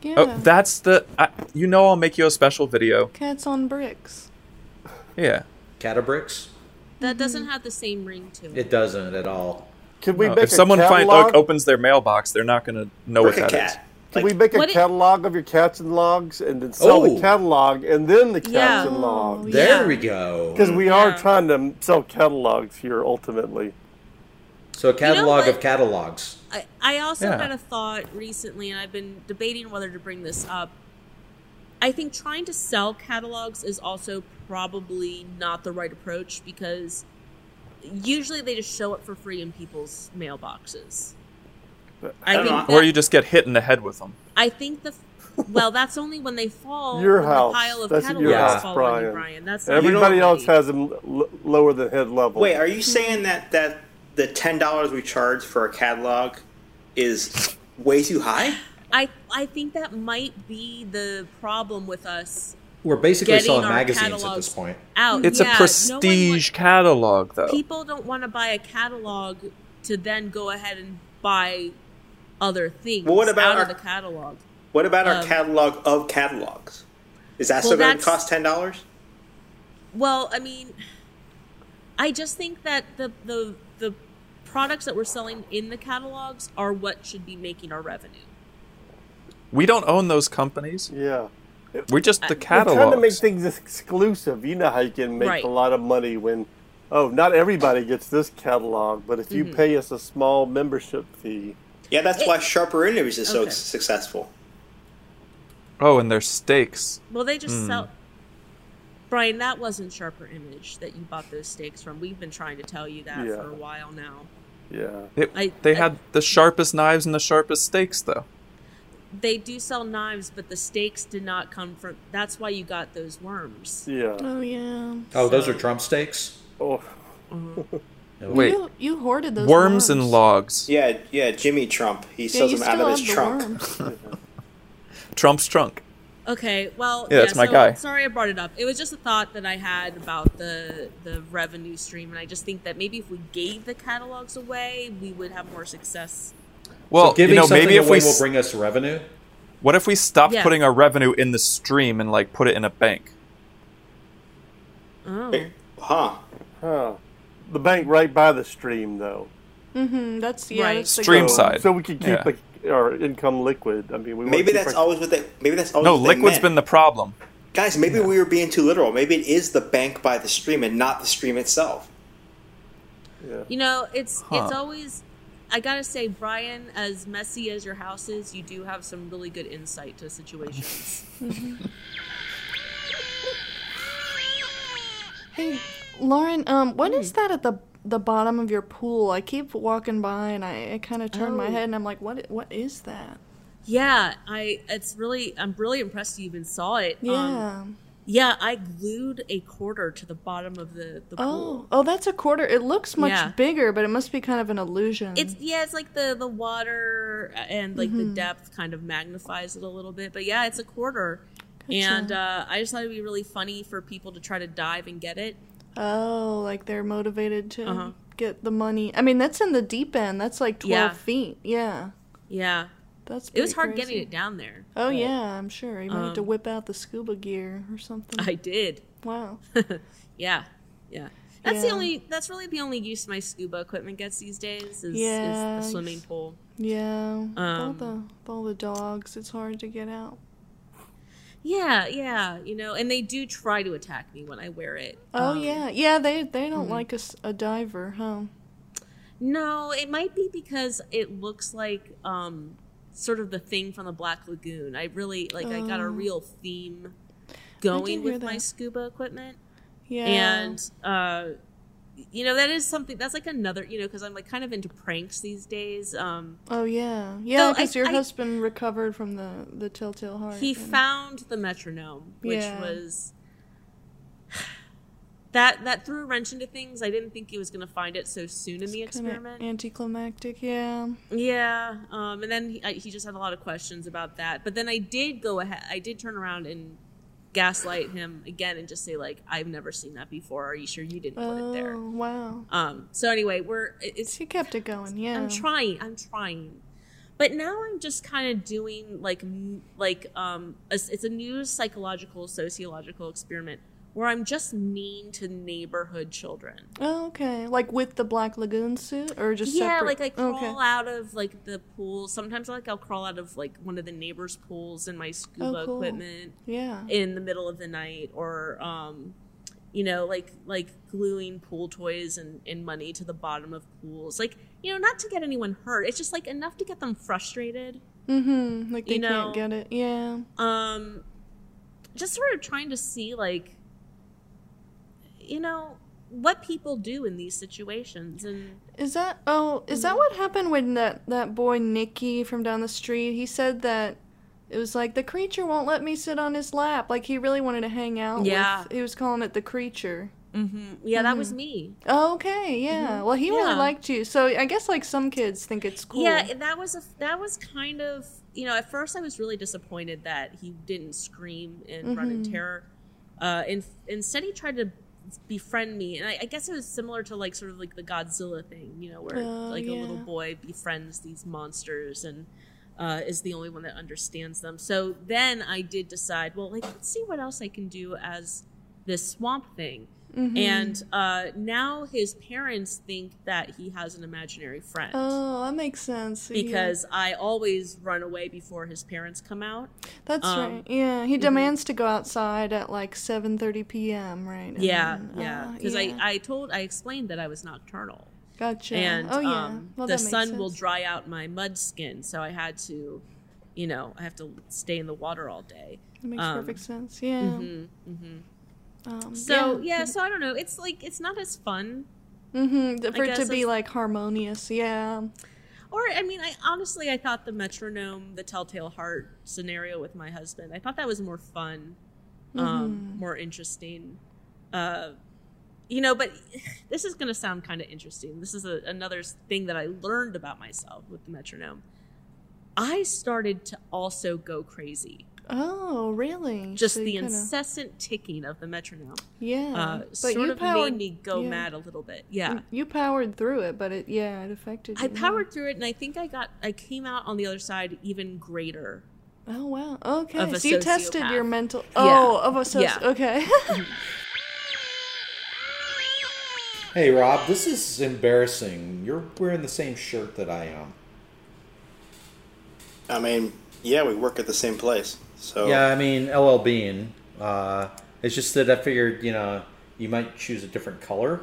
Speaker 2: Yeah.
Speaker 6: Oh, that's the. I, you know, I'll make you a special video.
Speaker 2: Cats on bricks.
Speaker 6: Yeah.
Speaker 5: Catabricks?
Speaker 3: that doesn't have the same ring to it.
Speaker 5: It doesn't at all.
Speaker 4: Can we
Speaker 6: No,
Speaker 4: make
Speaker 6: Uh, if someone
Speaker 4: a
Speaker 6: find
Speaker 4: catalog?
Speaker 6: opens their mailbox, they're not going to know
Speaker 7: Brick a
Speaker 6: what that is.
Speaker 7: cat.
Speaker 4: Can we make a
Speaker 3: What it-
Speaker 4: catalog of your cats and logs and then sell
Speaker 5: Oh.
Speaker 4: the catalog and then the cats
Speaker 3: Yeah.
Speaker 4: and
Speaker 2: Oh,
Speaker 4: logs?
Speaker 5: There
Speaker 3: Yeah.
Speaker 5: we go.
Speaker 4: Because we are
Speaker 3: Yeah.
Speaker 4: trying to sell catalogs here ultimately.
Speaker 5: So a catalog
Speaker 3: what?
Speaker 5: of catalogs.
Speaker 3: I, I also
Speaker 6: Yeah.
Speaker 3: kind of thought recently, and I've been debating whether to bring this up. I think trying to sell catalogs is also probably not the right approach because usually they just show up for free in people's mailboxes. I
Speaker 7: don't
Speaker 3: think
Speaker 7: know.
Speaker 3: that,
Speaker 6: Or you just get hit in the head with them.
Speaker 3: I think the well, that's only when they fall.
Speaker 4: Your
Speaker 3: when Oh, the
Speaker 4: house.
Speaker 3: pile of
Speaker 4: That's at
Speaker 3: catalogs
Speaker 4: your
Speaker 5: house,
Speaker 3: fall on you,
Speaker 4: Brian.
Speaker 3: Brian. That's not
Speaker 4: Everybody
Speaker 3: right.
Speaker 4: else has them l- lower than head level.
Speaker 7: Wait, are you saying that that the ten dollars we charge for a catalog is way too high?
Speaker 3: I I think that might be the problem with us
Speaker 5: We're basically
Speaker 3: getting
Speaker 5: selling
Speaker 3: our
Speaker 5: magazines at
Speaker 3: catalogs
Speaker 5: this point.
Speaker 3: out.
Speaker 6: It's
Speaker 3: Mm, Yeah,
Speaker 6: a
Speaker 3: no one wa-
Speaker 6: prestige catalog,
Speaker 7: Oh.
Speaker 6: though.
Speaker 3: people don't want to buy a catalog to then go ahead and buy other things
Speaker 7: Well, what about
Speaker 3: out
Speaker 7: our-
Speaker 3: of the catalog.
Speaker 7: What about our
Speaker 3: Um,
Speaker 7: catalog of catalogs? Is that
Speaker 3: well,
Speaker 7: still going to
Speaker 3: that's-
Speaker 7: cost ten dollars?
Speaker 3: Well, I mean, I just think that the the the products that we're selling in the catalogs are what should be making our revenue.
Speaker 6: we don't own those companies.
Speaker 4: Yeah.
Speaker 6: We're just the
Speaker 4: We're trying to make
Speaker 6: catalogs.
Speaker 4: things exclusive. You know how you can make
Speaker 3: Right.
Speaker 4: a lot of money when, oh, not everybody gets this catalog, but if you
Speaker 3: Mm-hmm.
Speaker 4: pay us a small membership fee,
Speaker 7: Yeah, that's why Sharper Interviews is so
Speaker 3: Okay.
Speaker 7: successful.
Speaker 6: Oh, and their steaks.
Speaker 3: Well, they
Speaker 7: Hmm.
Speaker 3: just sell. Brian, that wasn't Sharper Image that you bought those steaks from. We've been trying to tell you that
Speaker 4: Yeah.
Speaker 3: for a while now.
Speaker 4: yeah.
Speaker 6: It,
Speaker 3: I-
Speaker 6: they
Speaker 3: I-
Speaker 6: had the sharpest knives and the sharpest steaks, though.
Speaker 3: They do sell knives, but the steaks did not come from. That's why you got those worms.
Speaker 4: Yeah.
Speaker 2: Oh yeah.
Speaker 5: Oh, those are Trump steaks?
Speaker 4: Oh,
Speaker 6: Wait,
Speaker 2: You, you hoarded those
Speaker 6: worms and
Speaker 2: logs.
Speaker 6: logs.
Speaker 7: Yeah, yeah. Jimmy Trump. He
Speaker 2: Yeah,
Speaker 7: sells
Speaker 2: you
Speaker 7: them out
Speaker 2: still
Speaker 7: of
Speaker 2: have
Speaker 7: his
Speaker 2: the
Speaker 7: trunk.
Speaker 2: worms.
Speaker 6: Trump's trunk.
Speaker 3: Okay, well,
Speaker 6: Yeah, that's my
Speaker 3: so-
Speaker 6: guy.
Speaker 3: Sorry, I brought it up. It was just a thought that I had about the the revenue stream, and I just think that maybe if we gave the catalogs away, we would have more success.
Speaker 6: Well,
Speaker 5: so giving
Speaker 6: you know,
Speaker 5: something
Speaker 6: maybe if
Speaker 5: away
Speaker 6: we
Speaker 5: will
Speaker 6: s-
Speaker 5: bring us revenue.
Speaker 6: What if we stopped
Speaker 3: Yeah.
Speaker 6: putting our revenue in the stream and like put it in a bank?
Speaker 3: Oh,
Speaker 7: Huh.
Speaker 4: huh. The bank right by the stream, though.
Speaker 2: Mm-hmm. That's yeah.
Speaker 3: Right.
Speaker 2: That's the
Speaker 6: Stream
Speaker 2: goal.
Speaker 6: side.
Speaker 4: So we could keep
Speaker 6: Yeah.
Speaker 4: like, our income liquid. I mean, we wanna
Speaker 7: Maybe
Speaker 4: keep
Speaker 7: that's
Speaker 4: our-
Speaker 7: always what they. Maybe that's always
Speaker 6: No,
Speaker 7: what they
Speaker 6: liquid's
Speaker 7: meant.
Speaker 6: been the problem.
Speaker 7: Guys, maybe we were being too literal. Maybe it is the bank by the stream and not the stream itself.
Speaker 3: You know, it's
Speaker 6: Huh.
Speaker 3: it's always I gotta say, Brian, as messy as your house is, you do have some really good insight to situations.
Speaker 2: Hey, Lauren. Um, what
Speaker 7: Mm.
Speaker 2: is that at the the bottom of your pool? I keep walking by and I, I kind of turn my
Speaker 3: Oh.
Speaker 2: head and I'm like, what? i- What is that?
Speaker 3: yeah, I it's really I'm really impressed you even saw it. Um,
Speaker 2: Yeah.
Speaker 3: yeah, I glued a quarter to the bottom of the, the
Speaker 2: oh.
Speaker 3: pool.
Speaker 2: Oh, that's a quarter. It looks much
Speaker 3: Yeah.
Speaker 2: bigger, but it must be kind of an illusion.
Speaker 3: It's yeah, it's like the the water and like
Speaker 2: Mm-hmm.
Speaker 3: the depth kind of magnifies it a little bit. But yeah, it's a quarter. And uh, I just thought it'd be really funny for people to try to dive and get it.
Speaker 2: oh, like they're motivated to
Speaker 3: Uh-huh.
Speaker 2: get the money. I mean, that's in the deep end. That's like twelve
Speaker 3: Yeah.
Speaker 2: feet. Yeah.
Speaker 3: Yeah.
Speaker 2: That's
Speaker 3: It was
Speaker 2: pretty
Speaker 3: hard
Speaker 2: crazy.
Speaker 3: getting it down there.
Speaker 2: Oh yeah, I'm sure. You might have to whip out the scuba gear or something.
Speaker 3: I did.
Speaker 2: wow.
Speaker 3: Yeah, yeah. That's the
Speaker 2: Yeah.
Speaker 3: only. That's really the only use my scuba equipment gets these days is,
Speaker 2: Yeah.
Speaker 3: is the swimming pool.
Speaker 2: Yeah. with all
Speaker 3: Um,
Speaker 2: the with all the dogs, it's hard to get out.
Speaker 3: Yeah, yeah. You know, and they do try to attack me when I wear it.
Speaker 2: Oh
Speaker 3: Um, mm-hmm.
Speaker 2: yeah, yeah. They they don't like a, s- a diver, huh?
Speaker 3: No, it might be because it looks like um, sort of the thing from the Black Lagoon. I really like. I got a
Speaker 2: Oh.
Speaker 3: real theme going
Speaker 2: hear
Speaker 3: with my
Speaker 2: that. Oh.
Speaker 3: scuba equipment.
Speaker 2: Yeah.
Speaker 3: and uh, you know that is something that's like another you know because i'm like kind of into pranks these days um,
Speaker 2: oh yeah, yeah.
Speaker 3: Though I-
Speaker 2: Because your
Speaker 3: I-
Speaker 2: husband recovered from the the telltale heart.
Speaker 3: he
Speaker 2: and-
Speaker 3: found the metronome which
Speaker 2: Yeah.
Speaker 3: was that that threw a wrench into things i didn't think he was going to find it so soon in
Speaker 2: Kinda
Speaker 3: the experiment
Speaker 2: anticlimactic. Yeah.
Speaker 3: yeah um, and then he, I, he just had a lot of questions about that but then i did go ahead i did turn around and gaslight him again and just say like i've never seen that before are you sure you didn't put
Speaker 2: Oh
Speaker 3: it there
Speaker 2: wow.
Speaker 3: um, so anyway we're it- it's
Speaker 2: She kept it going. Yeah.
Speaker 3: I'm trying. I'm trying. But now I'm just kind of doing like m- like um a s- it's a new psychological sociological experiment where I'm just mean to neighborhood children.
Speaker 2: Oh, okay. Like with the black lagoon suit, or just
Speaker 3: yeah,
Speaker 2: separate?
Speaker 3: like I crawl
Speaker 2: okay.
Speaker 3: out of like the pool. Sometimes like I'll crawl out of like one of the neighbors' pools in my scuba
Speaker 2: Oh, cool.
Speaker 3: equipment
Speaker 2: Yeah.
Speaker 3: in the middle of the night or um you know like like gluing pool toys and, and money to the bottom of pools like you know not to get anyone hurt it's just like enough to get them frustrated
Speaker 2: Mm-hmm. Like they
Speaker 3: you know,
Speaker 2: can't get it. Yeah.
Speaker 3: um just sort of trying to see like you know what people do in these situations and
Speaker 2: Is that oh? Is that what happened when that that boy Nicky from down the street? He said that it was like the creature won't let me sit on his lap. Like he really wanted to hang out.
Speaker 3: Yeah.
Speaker 2: With, he was calling it the creature. Mm-hmm.
Speaker 3: yeah that was me
Speaker 2: Oh, okay. Yeah. Well, he
Speaker 3: Mm-hmm. Yeah.
Speaker 2: really liked you. So I guess like some kids think it's cool.
Speaker 3: Yeah, and that was a that was kind of you know at first I was really disappointed that he didn't scream and run
Speaker 2: Mm-hmm.
Speaker 3: in terror. Uh, and instead he tried to befriend me, and I, I guess it was similar to like sort of like the Godzilla thing, you know, where
Speaker 2: Oh,
Speaker 3: like a little
Speaker 2: yeah.
Speaker 3: boy befriends these monsters and uh, is the only one that understands them. So then I did decide, well, like let's see what else I can do as this swamp thing.
Speaker 2: Mm-hmm.
Speaker 3: And uh, now his parents think that he has an imaginary friend
Speaker 2: Oh, that makes sense. Yeah.
Speaker 3: because I always run away before his parents come out.
Speaker 2: that's
Speaker 3: um,
Speaker 2: right. Yeah. He demands to go outside at like 7:30 p.m. Right. And
Speaker 3: Yeah,
Speaker 2: then,
Speaker 3: yeah.
Speaker 2: uh,
Speaker 3: Because
Speaker 2: yeah.
Speaker 3: I, I told, I explained that I was nocturnal.
Speaker 2: gotcha.
Speaker 3: And
Speaker 2: oh yeah.
Speaker 3: um,
Speaker 2: well,
Speaker 3: the
Speaker 2: that makes
Speaker 3: sun will
Speaker 2: sense.
Speaker 3: dry out my mud skin. So I had to, you know, I have to stay in the water all day.
Speaker 2: That makes
Speaker 3: um,
Speaker 2: perfect sense. Yeah.
Speaker 3: Mm-hmm, hmm
Speaker 2: Um,
Speaker 3: So, yeah. so I don't know. It's like, it's not as fun.
Speaker 2: Mm-hmm. For it to
Speaker 3: guess
Speaker 2: be
Speaker 3: it's-
Speaker 2: like harmonious, yeah.
Speaker 3: Or, I mean, I honestly, I thought the metronome, the telltale heart scenario with my husband, I thought that was more fun,
Speaker 2: Mm-hmm.
Speaker 3: um, more interesting. Uh, you know, but this is going to sound kind of interesting. This is a, another s- thing that I learned about myself with the metronome. I started to also go crazy,
Speaker 2: Oh, really?
Speaker 3: just
Speaker 2: So
Speaker 3: the
Speaker 2: you kinda-
Speaker 3: incessant ticking of the metronome.
Speaker 2: yeah.
Speaker 3: Uh, sort
Speaker 2: you
Speaker 3: of made me go
Speaker 2: yeah.
Speaker 3: mad a little bit. Yeah.
Speaker 2: You, you powered through it, but it yeah, it affected.
Speaker 3: I
Speaker 2: you, yeah.
Speaker 3: powered through it, and I think I got I came out on the other side even greater.
Speaker 2: Oh wow. Okay.
Speaker 3: of a
Speaker 2: so you tested your
Speaker 3: sociopath.
Speaker 2: mental.
Speaker 3: Yeah. Mm-hmm.
Speaker 2: Oh, of a soci.
Speaker 3: Yeah.
Speaker 2: Okay.
Speaker 5: Hey, Rob, this is embarrassing. You're wearing the same shirt that I am.
Speaker 7: I mean, yeah, we work at the same place, so
Speaker 5: Yeah, I mean, LL Bean. Uh, it's just that I figured, you know, you might choose a different color.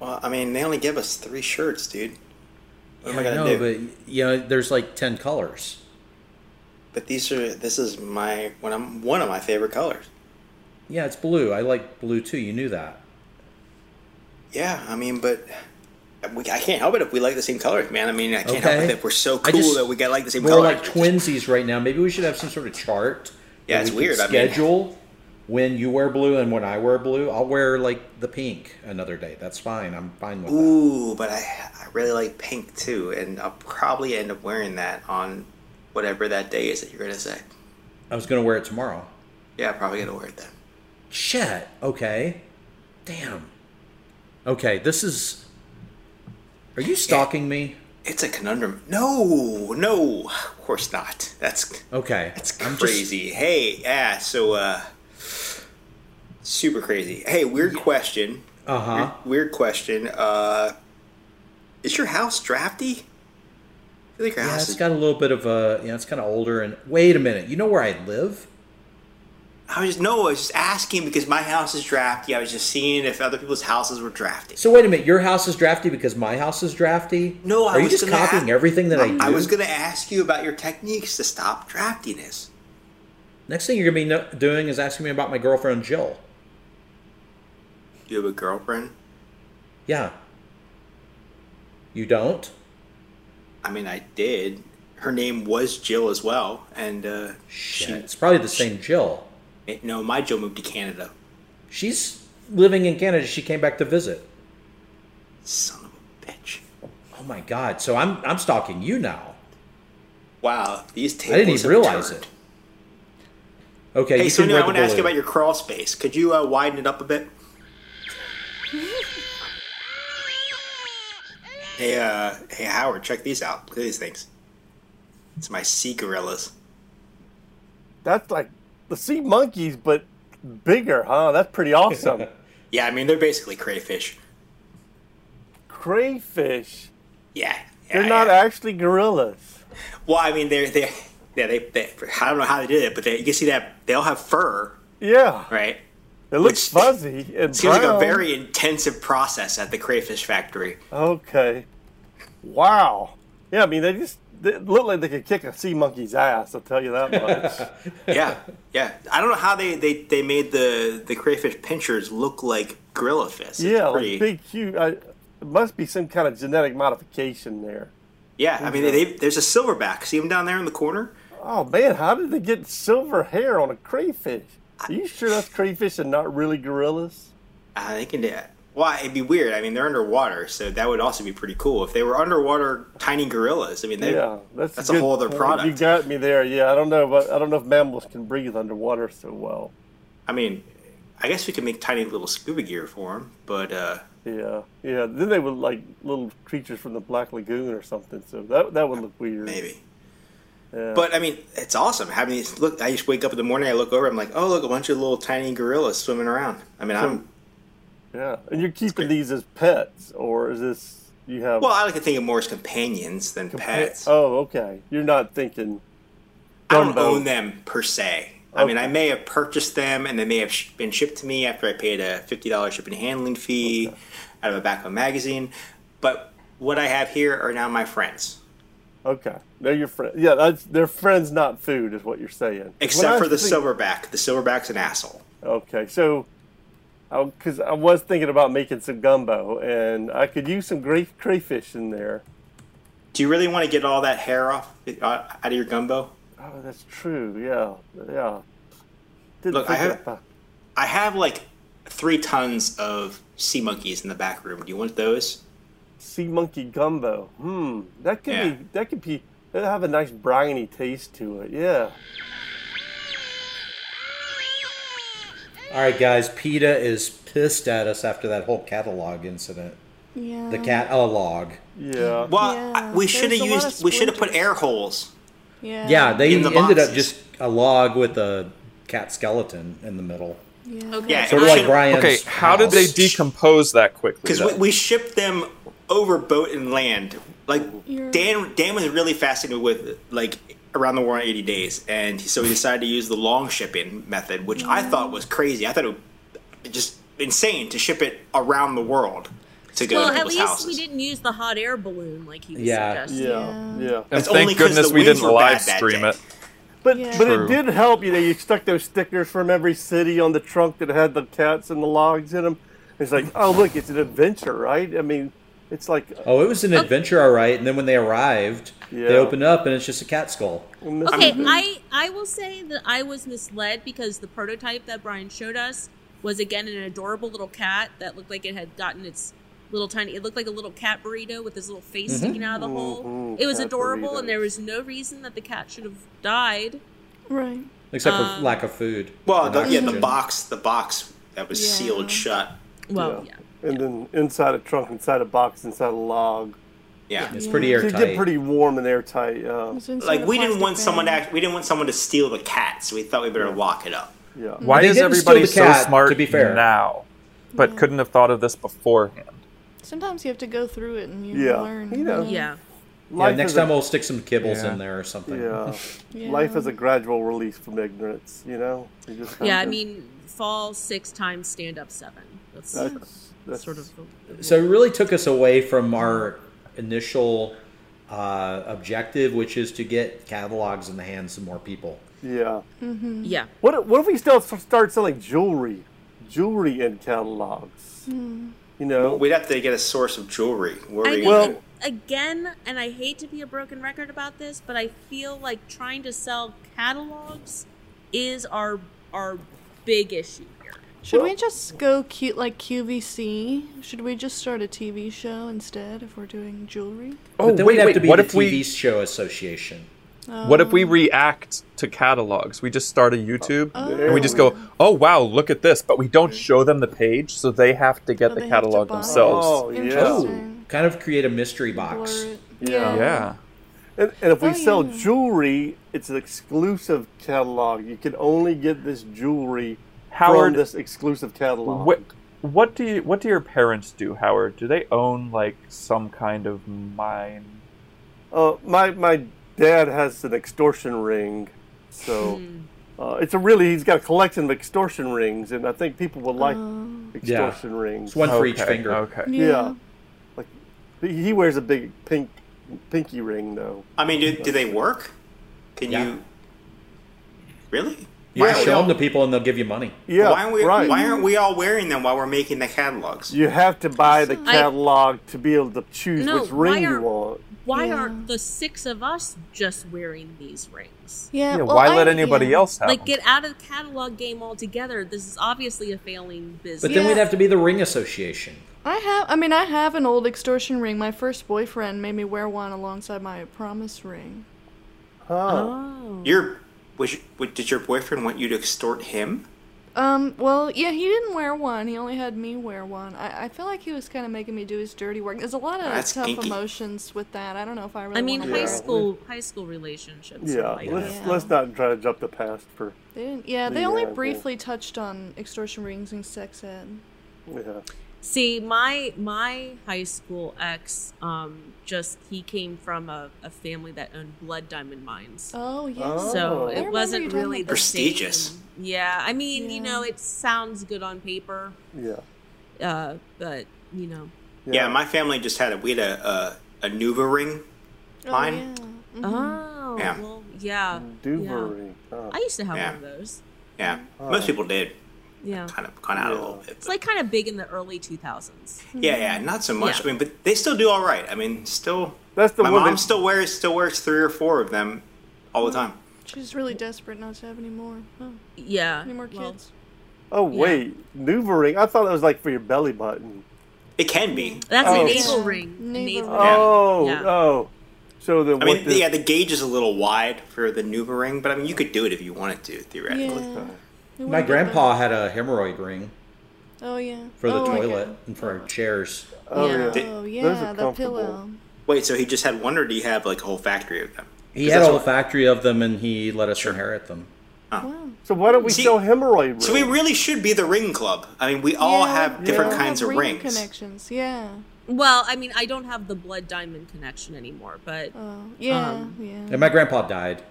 Speaker 7: Well, I mean, they only give us three shirts, dude. What am I
Speaker 5: I
Speaker 7: gonna
Speaker 5: know,
Speaker 7: do?
Speaker 5: but, you know, there's like 10 colors.
Speaker 7: But these are this is my when I'm one of my favorite colors.
Speaker 5: Yeah, it's blue. I like blue too. You knew that.
Speaker 7: Yeah, I mean, but we, I can't help it if we like the same colors, man. I mean, I can't help it
Speaker 5: Okay.
Speaker 7: if we're so
Speaker 5: I
Speaker 7: cool
Speaker 5: just-
Speaker 7: that we got like the same
Speaker 5: We're
Speaker 7: color.
Speaker 5: like twinsies right now. Maybe we should have some sort of chart.
Speaker 7: Yeah,
Speaker 5: that
Speaker 7: it's
Speaker 5: we
Speaker 7: weird. I
Speaker 5: Could
Speaker 7: mean-
Speaker 5: schedule when you wear blue and when I wear blue. I'll wear like the pink another day. That's fine. I'm fine with that.
Speaker 7: Ooh, but I I really like pink too, and I'll probably end up wearing that on whatever that day is that you're gonna say.
Speaker 5: I was gonna wear it tomorrow.
Speaker 7: Yeah, I'm probably gonna wear it then.
Speaker 5: Shit. Okay. Damn. Okay. This is. Are you stalking me?
Speaker 7: It's a conundrum. No, no, of course not. That's
Speaker 5: Okay.
Speaker 7: That's
Speaker 5: I'm just-
Speaker 7: crazy. Hey, yeah, so uh super crazy. Hey, weird question.
Speaker 5: uh-huh.
Speaker 7: Weird question. Uh is your house drafty? I feel like your
Speaker 5: Yeah,
Speaker 7: house
Speaker 5: it's
Speaker 7: is
Speaker 5: got a little bit of a. You know, it's kind of older. And wait a minute. You know where I live?
Speaker 7: I was just no, I was just asking because my house is drafty. I was just seeing if other people's houses were drafty.
Speaker 5: So wait a minute. Your house is drafty because my house is drafty.
Speaker 7: No, I
Speaker 5: are you
Speaker 7: was
Speaker 5: just
Speaker 7: gonna
Speaker 5: copying
Speaker 7: ask-
Speaker 5: everything that I, do?
Speaker 7: I was gonna ask you about your techniques to stop draftiness.
Speaker 5: Next thing you're gonna be no- doing is asking me about my girlfriend Jill.
Speaker 7: Do you have a girlfriend?
Speaker 5: Yeah. You don't?
Speaker 7: I mean I did. Her name was Jill as well, and uh
Speaker 5: Shit. It's probably the same Jill.
Speaker 7: she no, my Jill moved to Canada.
Speaker 5: She's living in Canada. She came back to visit.
Speaker 7: Son of a bitch.
Speaker 5: Oh my god! So I'm I'm stalking you now.
Speaker 7: Wow, these tables.
Speaker 5: I didn't even
Speaker 7: have
Speaker 5: realize
Speaker 7: turned.
Speaker 5: it. Okay.
Speaker 7: Hey,
Speaker 5: you
Speaker 7: so
Speaker 5: can
Speaker 7: no, I
Speaker 5: wear the
Speaker 7: want to ask you about
Speaker 5: balloon.
Speaker 7: your crawl space. Could you uh, widen it up a bit? hey, uh, hey, Howard, check these out. Look at these things. It's my sea gorillas.
Speaker 4: That's like the sea monkeys, but bigger, huh? That's pretty awesome.
Speaker 7: Yeah, I mean they're basically crayfish.
Speaker 4: Crayfish.
Speaker 7: Yeah, yeah,
Speaker 4: They're not
Speaker 7: yeah.
Speaker 4: actually gorillas.
Speaker 7: well, I mean they're they, yeah they, they I don't know how they did it, but they, you can see that they all have fur,
Speaker 4: Yeah,
Speaker 7: right?
Speaker 4: they look
Speaker 7: Which-
Speaker 4: fuzzy and
Speaker 7: Seems like a
Speaker 4: brown.
Speaker 7: very intensive process at the crayfish factory.
Speaker 4: Okay. Wow. Yeah, I mean they just they look like they could kick a sea monkey's ass. I'll tell you that much.
Speaker 7: yeah, yeah. I don't know how they, they, they made the, the crayfish pinchers look like gorilla fists. It's
Speaker 4: yeah,
Speaker 7: pretty-
Speaker 4: like big, huge. I, it must be some kind of genetic modification there.
Speaker 7: yeah. I mean, they, there's a silverback. See him down there in the corner?
Speaker 4: Oh man, how did they get silver hair on a crayfish? Are you sure that's crayfish and not really gorillas?
Speaker 7: Uh, they can do it. Well, it'd be weird. I mean, they're underwater, so that would also be pretty cool if they were underwater tiny gorillas. I mean, they,
Speaker 4: Yeah, that's,
Speaker 7: that's a
Speaker 4: good
Speaker 7: whole other
Speaker 4: point. You
Speaker 7: product.
Speaker 4: got me there. Yeah, I don't know, but I don't know if mammals can breathe underwater so well.
Speaker 7: I mean, I guess we could make tiny little scuba gear for them, but uh,
Speaker 4: Yeah, yeah. Then they were like little creatures from the Black Lagoon or something. So that that would look weird.
Speaker 7: maybe.
Speaker 4: Yeah.
Speaker 7: But I mean, it's awesome having these. Look, I just wake up in the morning, I look over, I'm like, oh, look, a bunch of little tiny gorillas swimming around. I mean, I'm
Speaker 4: Yeah, and you're keeping these as pets, or is this you have?
Speaker 7: Well, I like to think of more as companions than pets.
Speaker 4: Oh, okay. You're not thinking.
Speaker 7: I don't
Speaker 4: Dumbo.
Speaker 7: own them per se. I mean, I may have purchased them, and they may have sh- been shipped to me after I paid a fifty dollars shipping and handling fee out of a back of a magazine. But what I have here are now my friends,
Speaker 4: Okay, they're your friends. Yeah, that's, they're friends, not food, is what you're saying. When I
Speaker 7: except for the
Speaker 4: think-
Speaker 7: silverback. The silverback's an asshole.
Speaker 4: Okay, so because I, was thinking about making some gumbo, and I could use some gray, crayfish in there.
Speaker 7: Do you really want to get all that hair off uh, out of your gumbo?
Speaker 4: Oh, that's true. Yeah, yeah. Didn't
Speaker 7: Look, I
Speaker 4: think
Speaker 7: have-
Speaker 4: about-
Speaker 7: I have like three tons of sea monkeys in the back room. Do you want those?
Speaker 4: sea monkey gumbo. Hmm, that could
Speaker 7: Yeah.
Speaker 4: be. That could be. It'll have a nice briny taste to it. Yeah.
Speaker 5: All right, guys. PETA is pissed at us after that whole catalog incident.
Speaker 2: Yeah.
Speaker 7: Um,
Speaker 5: The catalog.
Speaker 4: Yeah.
Speaker 7: Well,
Speaker 2: Yeah,
Speaker 7: I- we should have
Speaker 2: there's a lot
Speaker 7: used.
Speaker 2: of
Speaker 7: We should have put
Speaker 2: splinters.
Speaker 7: air holes.
Speaker 2: Yeah.
Speaker 5: Yeah, they
Speaker 7: In the
Speaker 5: ended up
Speaker 7: boxes.
Speaker 5: just a log with a cat skeleton in the middle.
Speaker 2: Yeah.
Speaker 1: Yeah,
Speaker 5: Sort of like
Speaker 1: Brian.
Speaker 5: Brian's.
Speaker 6: Okay, how did they
Speaker 5: house.
Speaker 6: decompose that quickly?
Speaker 7: because
Speaker 6: though?
Speaker 7: we, we shipped them over boat and land. Like
Speaker 2: You're-
Speaker 7: Dan, Dan was really fascinated with like around the war in eighty days, and so he decided to use the long shipping method, which I thought was crazy. I thought it was just insane to ship it around the world to go
Speaker 3: Well,
Speaker 7: to
Speaker 3: at
Speaker 7: people's
Speaker 3: least
Speaker 7: houses.
Speaker 3: we didn't use the hot air balloon like he was
Speaker 5: Yeah.
Speaker 3: suggesting.
Speaker 4: Yeah,
Speaker 2: Yeah.
Speaker 4: yeah.
Speaker 6: and
Speaker 7: It's only
Speaker 6: thank
Speaker 7: 'cause
Speaker 6: goodness
Speaker 7: the
Speaker 6: we
Speaker 7: winds
Speaker 6: didn't
Speaker 7: were bad
Speaker 6: live
Speaker 7: that
Speaker 6: stream
Speaker 7: day.
Speaker 6: it.
Speaker 4: But
Speaker 2: Yeah.
Speaker 4: but
Speaker 6: True.
Speaker 4: it did help. You know, you stuck those stickers from every city on the trunk that had the cats and the logs in them. It's like, oh look, it's an adventure, right? I mean, it's like
Speaker 5: Oh, it was an adventure, all right. And then when they arrived,
Speaker 4: Yeah.
Speaker 5: they opened up and it's just a cat skull.
Speaker 3: Okay, I I will say that I was misled because the prototype that Brian showed us was again an adorable little cat that looked like it had gotten its little tiny. It looked like a little cat burrito with his little face sticking out of the hole.
Speaker 4: Mhm,
Speaker 3: It was
Speaker 7: Mm-hmm.
Speaker 4: cat
Speaker 3: adorable,
Speaker 4: burritos.
Speaker 3: and there was no reason that the cat should have died.
Speaker 2: Right.
Speaker 5: Except for lack of food.
Speaker 7: Well,
Speaker 5: and
Speaker 7: the, yeah, the
Speaker 5: oxygen.
Speaker 7: box, the box that was
Speaker 2: Yeah.
Speaker 7: sealed shut.
Speaker 3: Well, yeah.
Speaker 4: and then inside a trunk, inside a box, inside a log.
Speaker 7: Yeah.
Speaker 5: It's pretty
Speaker 4: So it
Speaker 5: airtight.
Speaker 4: did pretty warm and airtight. Uh,
Speaker 2: It's inside
Speaker 7: Like
Speaker 2: a
Speaker 7: we didn't
Speaker 2: plastic
Speaker 7: want someone to
Speaker 2: bag.
Speaker 7: act, we didn't want someone to steal the cat, so we thought we better lock it up.
Speaker 4: yeah,
Speaker 3: Mm-hmm.
Speaker 6: Why
Speaker 5: They
Speaker 6: is
Speaker 5: didn't steal
Speaker 6: everybody
Speaker 5: the
Speaker 6: so
Speaker 5: cat,
Speaker 6: smart
Speaker 5: to be fair.
Speaker 6: now, but
Speaker 2: Yeah.
Speaker 6: couldn't have thought of this beforehand?
Speaker 2: Sometimes you have to go through it and you
Speaker 4: Yeah.
Speaker 2: learn.
Speaker 4: You know.
Speaker 3: Yeah.
Speaker 5: yeah,
Speaker 4: Life
Speaker 5: next
Speaker 4: is a-
Speaker 5: time we'll stick some kibbles
Speaker 6: Yeah.
Speaker 5: in there or something.
Speaker 4: yeah.
Speaker 2: Yeah.
Speaker 4: life is a gradual release from ignorance. You know, you just have
Speaker 3: Yeah, I
Speaker 4: to-
Speaker 3: mean, fall six times, stand up seven. That's,
Speaker 4: that's, that's
Speaker 3: sort of. the-
Speaker 5: So it really took us away from our initial uh, objective, which is to get catalogs in the hands of more people.
Speaker 4: yeah.
Speaker 3: Yeah.
Speaker 4: What if- what if we still s- start selling jewelry, jewelry in catalogs?
Speaker 3: Hmm.
Speaker 4: You know,
Speaker 7: We'd have to get a source of jewelry. Where
Speaker 3: I
Speaker 7: we
Speaker 3: think
Speaker 7: gonna-
Speaker 4: Well-
Speaker 3: again, and I hate to be a broken record about this, but I feel like trying to sell catalogs is our our big issue here.
Speaker 2: Should we just go cute like QVC? Should we just start a TV show instead if we're doing jewelry?
Speaker 6: Oh
Speaker 5: but then
Speaker 6: wait,
Speaker 5: we'd have
Speaker 6: wait.
Speaker 5: to be
Speaker 6: what
Speaker 5: the
Speaker 6: if we
Speaker 5: TV show association.
Speaker 6: what if we react to catalogs? We just start a YouTube
Speaker 3: Oh.
Speaker 6: and we
Speaker 4: there
Speaker 6: just go, "Oh wow, look at this!" But we don't show them the page, so they have to get
Speaker 2: So Oh, they
Speaker 6: the
Speaker 2: have to
Speaker 6: catalog
Speaker 2: buy.
Speaker 6: themselves.
Speaker 4: Oh, yeah.
Speaker 2: Interesting.
Speaker 5: Kind of create a mystery box.
Speaker 2: Blur it.
Speaker 4: Yeah.
Speaker 6: Yeah.
Speaker 4: And, and if we
Speaker 2: Oh,
Speaker 4: sell
Speaker 2: yeah.
Speaker 4: jewelry, it's an exclusive catalog. You can only get this jewelry
Speaker 6: Howard-
Speaker 4: from this exclusive catalog.
Speaker 6: What What do you What do your parents do, Howard? Do they own like some kind of mine?
Speaker 4: Uh, my my dad has an extortion ring, so
Speaker 3: Hmm.
Speaker 4: uh, it's a really he's got a collection of extortion rings, and I think people would like
Speaker 3: Oh.
Speaker 4: extortion rings.
Speaker 5: It's one for each
Speaker 6: Okay,
Speaker 5: finger.
Speaker 6: Okay.
Speaker 2: Yeah.
Speaker 4: Yeah. Like he he wears a big pink pinky ring though.
Speaker 7: I mean, do, do they work? Can
Speaker 5: Yeah.
Speaker 7: you really?
Speaker 5: You
Speaker 7: Why
Speaker 5: just
Speaker 7: are
Speaker 5: show
Speaker 7: we all-
Speaker 5: them to people and they'll give you money.
Speaker 4: Yeah,
Speaker 7: why, aren't we,
Speaker 4: right.
Speaker 7: why aren't we all wearing them while we're making the catalogs?
Speaker 4: you have to buy the
Speaker 3: I-
Speaker 4: catalog to be able to choose
Speaker 3: No,
Speaker 4: which
Speaker 3: why
Speaker 4: ring you
Speaker 3: aren't-
Speaker 4: want.
Speaker 3: Why
Speaker 2: Yeah.
Speaker 3: aren't the six of us just wearing these rings?
Speaker 2: Yeah.
Speaker 6: Yeah,
Speaker 2: well,
Speaker 6: why
Speaker 2: I-
Speaker 6: let anybody
Speaker 2: yeah.
Speaker 6: else have
Speaker 3: Like,
Speaker 6: them?
Speaker 3: get out of the catalog game altogether. This is obviously a failing
Speaker 5: But
Speaker 3: business.
Speaker 5: then
Speaker 2: Yeah.
Speaker 5: we'd have to be the ring association.
Speaker 2: I have. I mean, I have an old extortion ring. My first boyfriend made me wear one alongside my promise ring.
Speaker 4: Huh.
Speaker 3: Oh.
Speaker 7: Your was, was- did your boyfriend want you to extort him?
Speaker 2: Um. Well, yeah, he didn't wear one. He only had me wear one. I, I feel like he was kind of making me do his dirty work. There's a lot of
Speaker 7: That's
Speaker 2: tough
Speaker 7: kinky.
Speaker 2: emotions with that. I don't know if I really.
Speaker 3: I mean,
Speaker 2: wanna
Speaker 3: high
Speaker 2: wear it.
Speaker 3: school, high school relationships.
Speaker 4: Yeah,
Speaker 3: are like
Speaker 4: let's
Speaker 3: that.
Speaker 4: let's not try to jump the past for
Speaker 2: They didn't, yeah, they
Speaker 4: Yeah,
Speaker 2: only
Speaker 4: well-
Speaker 2: briefly touched on extortion rings and sex ed.
Speaker 4: yeah.
Speaker 3: See, my my high school ex, um, just he came from a, a family that owned blood diamond mines.
Speaker 2: Oh yeah.
Speaker 4: Oh.
Speaker 3: So
Speaker 4: I
Speaker 3: it
Speaker 2: remember you
Speaker 3: wasn't
Speaker 2: telling
Speaker 3: really
Speaker 2: me
Speaker 3: the
Speaker 2: that.
Speaker 7: Prestigious.
Speaker 3: same. Yeah, I mean,
Speaker 2: Yeah.
Speaker 3: you know, it sounds good on paper,
Speaker 4: Yeah.
Speaker 3: uh, but you know,
Speaker 7: Yeah, my family just had a we had a a, a Nuva ring. Mine.
Speaker 2: yeah. Mm.
Speaker 3: oh,
Speaker 7: Yeah.
Speaker 3: well, yeah, yeah.
Speaker 4: Duvery.
Speaker 3: I used to have
Speaker 7: Yeah.
Speaker 3: one of those.
Speaker 7: Yeah,
Speaker 4: Oh.
Speaker 7: most people did.
Speaker 3: Yeah,
Speaker 7: Kind of gone out a little bit.
Speaker 3: it's like kind of big in the early two thousands.
Speaker 7: yeah, yeah, not so much.
Speaker 3: Yeah.
Speaker 7: I mean, but they still do all right. I mean, still.
Speaker 4: That's the
Speaker 7: my
Speaker 4: one
Speaker 7: mom
Speaker 4: that-
Speaker 7: still wears still wears three or four of them all
Speaker 3: Mm.
Speaker 7: the time.
Speaker 2: She's really desperate not to have any more. Oh,
Speaker 3: Yeah,
Speaker 2: any more kids.
Speaker 3: well,
Speaker 4: Oh wait, Nuvaring. I thought that was like for your belly button.
Speaker 7: It can be.
Speaker 3: that's
Speaker 4: Oh.
Speaker 3: a navel
Speaker 2: Yeah.
Speaker 3: ring. a
Speaker 2: Navel
Speaker 3: navel
Speaker 2: ring.
Speaker 3: ring.
Speaker 4: Oh,
Speaker 3: Yeah.
Speaker 4: oh. So the
Speaker 7: I
Speaker 4: what
Speaker 7: mean,
Speaker 4: the-
Speaker 7: yeah, the gauge is a little wide for the Nuva ring, but I mean, you could do it if you wanted to theoretically.
Speaker 2: Yeah. We
Speaker 5: My
Speaker 2: wouldn't get
Speaker 5: grandpa had a hemorrhoid ring
Speaker 2: that. Oh yeah.
Speaker 5: for the
Speaker 2: Oh, I
Speaker 5: toilet
Speaker 2: get it.
Speaker 5: and for chairs.
Speaker 4: oh, yeah.
Speaker 2: Oh
Speaker 4: Those
Speaker 2: yeah,
Speaker 4: are
Speaker 2: the
Speaker 4: comfortable.
Speaker 2: pillow.
Speaker 7: Wait, so he just had one, or do you have like a whole factory of them?
Speaker 5: He
Speaker 7: 'Cause
Speaker 5: had a
Speaker 7: that's
Speaker 5: whole
Speaker 7: what-
Speaker 5: factory of them and he let us inherit them.
Speaker 2: Wow.
Speaker 4: So why don't we
Speaker 7: See-
Speaker 4: sell hemorrhoid rings?
Speaker 7: So we really should be the ring club. I mean, we all
Speaker 2: Yeah,
Speaker 7: have
Speaker 2: we
Speaker 7: different
Speaker 2: all
Speaker 7: kinds
Speaker 2: have
Speaker 7: of
Speaker 2: ring
Speaker 7: rings.
Speaker 2: Connections, yeah.
Speaker 3: Well, I mean, I don't have the blood diamond connection anymore, but
Speaker 2: Oh, yeah,
Speaker 3: Um,
Speaker 2: yeah.
Speaker 5: And my grandpa died.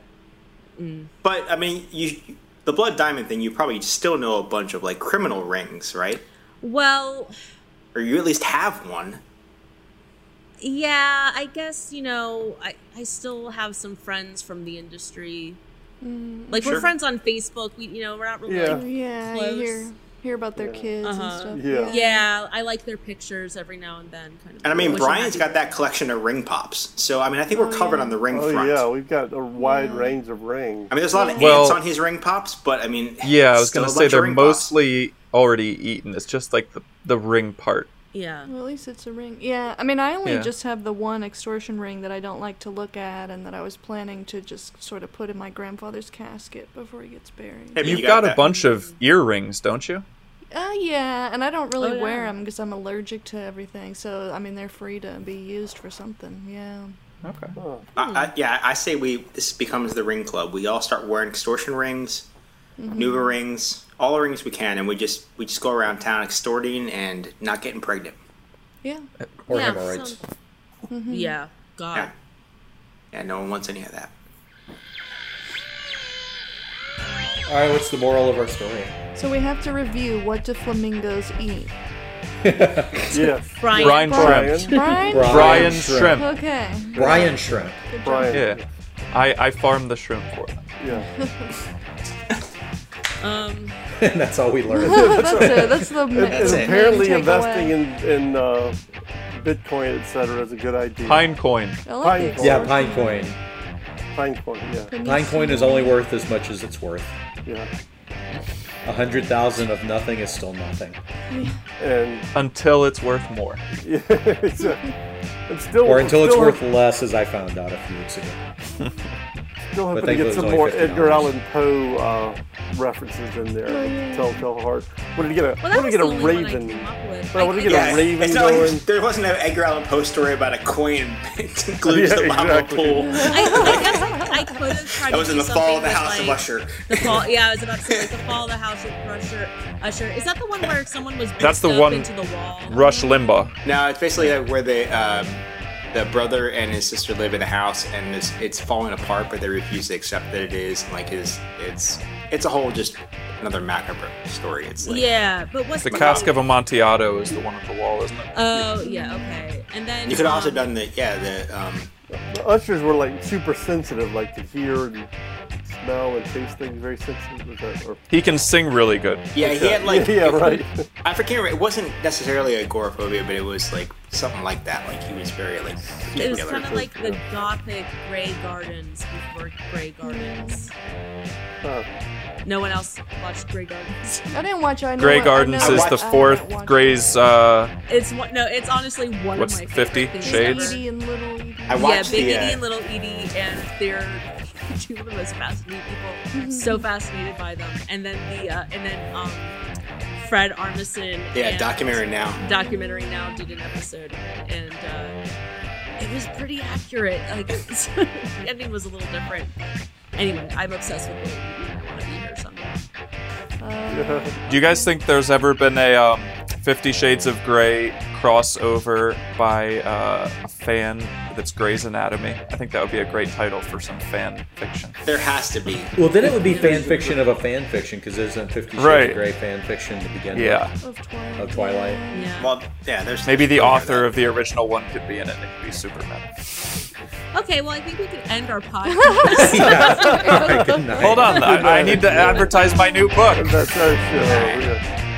Speaker 7: But I mean, you the blood diamond thing. You probably still know a bunch of like criminal rings, right?
Speaker 3: well,
Speaker 7: Or you at least have one.
Speaker 3: yeah, I guess you know, I I still have some friends from the industry. Like
Speaker 7: Sure.
Speaker 3: we're friends on Facebook. We you know we're not really.
Speaker 4: Yeah.
Speaker 3: like-
Speaker 2: yeah,
Speaker 3: close.
Speaker 2: you hear, hear about their kids
Speaker 3: Uh-huh.
Speaker 2: and stuff.
Speaker 4: Yeah.
Speaker 3: yeah, I like their pictures every now and then. Kind of.
Speaker 7: And I mean,
Speaker 3: wish
Speaker 7: Brian's
Speaker 3: had-
Speaker 7: got that collection of ring pops. So I mean, I think we're
Speaker 2: Oh,
Speaker 7: covered
Speaker 2: yeah.
Speaker 7: on the ring
Speaker 4: Oh
Speaker 7: front.
Speaker 4: yeah, we've got a wide range of rings.
Speaker 7: I mean, there's a lot of
Speaker 6: Well-
Speaker 7: ants on his ring pops, but I mean,
Speaker 6: Yeah, I was
Speaker 7: still
Speaker 6: gonna
Speaker 7: a
Speaker 6: say
Speaker 7: bunch of
Speaker 6: they're
Speaker 7: ring pops.
Speaker 6: mostly already eaten. It's just like the the ring part.
Speaker 3: Yeah.
Speaker 2: Well, at least it's a ring. Yeah, I mean, I only
Speaker 6: Yeah.
Speaker 2: just have the one extortion ring that I don't like to look at and that I was planning to just sort of put in my grandfather's casket before he gets buried.
Speaker 7: Hey, but
Speaker 6: You've
Speaker 7: you
Speaker 6: got, a
Speaker 7: that.
Speaker 6: bunch of earrings, don't you?
Speaker 2: Uh, yeah, and I don't really
Speaker 3: Oh, yeah.
Speaker 2: wear them because I'm allergic to everything, so, I mean, they're free to be used for something, yeah.
Speaker 6: Okay.
Speaker 3: Hmm.
Speaker 7: I, I, yeah, I say we. This becomes the ring club. We all start wearing extortion rings,
Speaker 3: Mm-hmm.
Speaker 7: Nuva rings, all the rings we can, and we just we just go around town extorting and not getting pregnant.
Speaker 2: Yeah.
Speaker 5: Or
Speaker 3: yeah,
Speaker 5: hemorrhoids.
Speaker 3: sounds- Yeah. God.
Speaker 7: Yeah. Yeah, no one wants any of that.
Speaker 5: All right, what's the moral of our story?
Speaker 2: So we have to review what do flamingos eat?
Speaker 4: Yeah,
Speaker 3: Brian.
Speaker 6: Brian
Speaker 4: Brian.
Speaker 6: shrimp.
Speaker 2: Brian?
Speaker 6: Brian shrimp.
Speaker 2: Okay.
Speaker 5: Brian shrimp.
Speaker 2: Good job.
Speaker 4: Brian.
Speaker 6: Yeah. I I farm the shrimp for them.
Speaker 4: Yeah.
Speaker 3: Um.
Speaker 5: And that's all we learned.
Speaker 2: That's it. That's the ma-
Speaker 4: And
Speaker 2: the main
Speaker 4: apparently,
Speaker 2: takeaway.
Speaker 4: investing in in uh, Bitcoin, etc., is a good idea.
Speaker 6: Pine coin.
Speaker 2: I like the
Speaker 4: Pine-
Speaker 5: yeah,
Speaker 2: extortion
Speaker 5: Pinecoin.
Speaker 4: Pinecoin, yeah,
Speaker 5: Pinecoin is only worth as much as it's worth.
Speaker 4: yeah.
Speaker 5: A hundred thousring of nothing is still nothing.
Speaker 4: And
Speaker 6: Until it's worth more.
Speaker 4: yeah, it's a, and still,
Speaker 5: Or until it's
Speaker 4: still-
Speaker 5: worth less, as I found out a few weeks ago.
Speaker 4: Still hoping
Speaker 5: But
Speaker 4: to get
Speaker 5: thankfully
Speaker 4: some
Speaker 5: it was
Speaker 4: more
Speaker 5: only
Speaker 4: Edgar
Speaker 5: $50.
Speaker 4: Allan Poe uh, references in there.
Speaker 2: Oh, yeah.
Speaker 4: Telltale Heart. Wanted to get a
Speaker 3: Well, that
Speaker 4: wanted to
Speaker 3: was
Speaker 4: get
Speaker 3: the
Speaker 4: a
Speaker 3: only
Speaker 4: raven.
Speaker 3: one I came up with.
Speaker 4: Well,
Speaker 3: I
Speaker 4: what do you
Speaker 3: could-
Speaker 4: get a raven
Speaker 7: it's not
Speaker 4: going.
Speaker 7: like there wasn't an Edgar Allan Poe story about a coin glued to the bottom
Speaker 4: exactly.
Speaker 7: of a pool.
Speaker 3: I, I guess I could have tried
Speaker 7: That was
Speaker 3: to
Speaker 7: in
Speaker 3: do
Speaker 7: the fall of the
Speaker 3: something
Speaker 7: House
Speaker 3: with,
Speaker 7: of
Speaker 3: like,
Speaker 7: Usher.
Speaker 3: The fall, yeah, I was about to say like the fall of the House of Usher. Usher is that the one where someone was beat
Speaker 6: That's the
Speaker 3: up
Speaker 6: one-
Speaker 3: into the wall?
Speaker 6: Rush Limbaugh.
Speaker 7: No, it's basically like where the um, the brother and his sister live in a house, and it's, it's falling apart, but they refuse to accept that it is. And like it's it's it's a whole just another macabre story. It's like
Speaker 3: Yeah, but what's
Speaker 6: The cask of Amontillado is the one on the wall, isn't it?
Speaker 3: Oh yeah, okay. And then
Speaker 7: you could have also
Speaker 3: um,
Speaker 7: done the yeah the um,
Speaker 4: The ushers were like super sensitive, like to hear and smell and taste things very sensitive. with that, Or,
Speaker 6: He can sing really good.
Speaker 7: yeah he had like
Speaker 4: yeah, right.
Speaker 7: I forget remember, it wasn't necessarily agoraphobia, but it was like something like that. Like he was very like
Speaker 3: It was
Speaker 7: particular.
Speaker 3: kind of like the gothic Grey Gardens before Grey Gardens.
Speaker 4: Huh.
Speaker 3: No one else watched Grey Gardens.
Speaker 2: I didn't watch. I know
Speaker 6: Grey
Speaker 2: what- I
Speaker 6: Gardens
Speaker 2: know
Speaker 6: is
Speaker 2: what-
Speaker 6: the
Speaker 2: I haven't
Speaker 6: fourth
Speaker 2: watched
Speaker 6: Grey's. Uh,
Speaker 3: It's one. No, it's honestly one
Speaker 6: What's
Speaker 3: of my
Speaker 6: 50
Speaker 3: favorite things
Speaker 6: Shades?
Speaker 3: ever.
Speaker 2: Edie and Little Edie.
Speaker 7: I watched
Speaker 3: yeah, Big
Speaker 7: the,
Speaker 3: Edie
Speaker 7: uh,
Speaker 3: and Little Edie, and they're two of the most fascinating people. so fascinated by them, and then the uh, and then um, Fred Armisen.
Speaker 7: yeah
Speaker 3: and
Speaker 7: documentary now.
Speaker 3: Documentary now did an episode, and uh, it was pretty accurate. Like it's- the ending was a little different. Anyway, I'm obsessed with Little Edie. and I want to be her someday.
Speaker 6: do you guys think there's ever been a um, Fifty Shades of Grey crossover by uh, a fan that's Grey's Anatomy? I think that would be a great title for some fan fiction.
Speaker 7: There has to be.
Speaker 5: Well, then it would be fan fiction of a fan fiction because there's a Fifty Shades
Speaker 6: Right.
Speaker 5: of Grey fan fiction to begin
Speaker 6: Yeah,
Speaker 2: Of Twilight.
Speaker 5: Of Twilight.
Speaker 3: Yeah.
Speaker 7: Well, yeah, there's
Speaker 6: maybe the author of the original one could be in it. It could be Superman.
Speaker 3: Okay, well, I think we could end our podcast.
Speaker 5: with. Yeah. Good night.
Speaker 6: Hold on, I, I need to advertise my new book.
Speaker 4: That's our show. Yeah.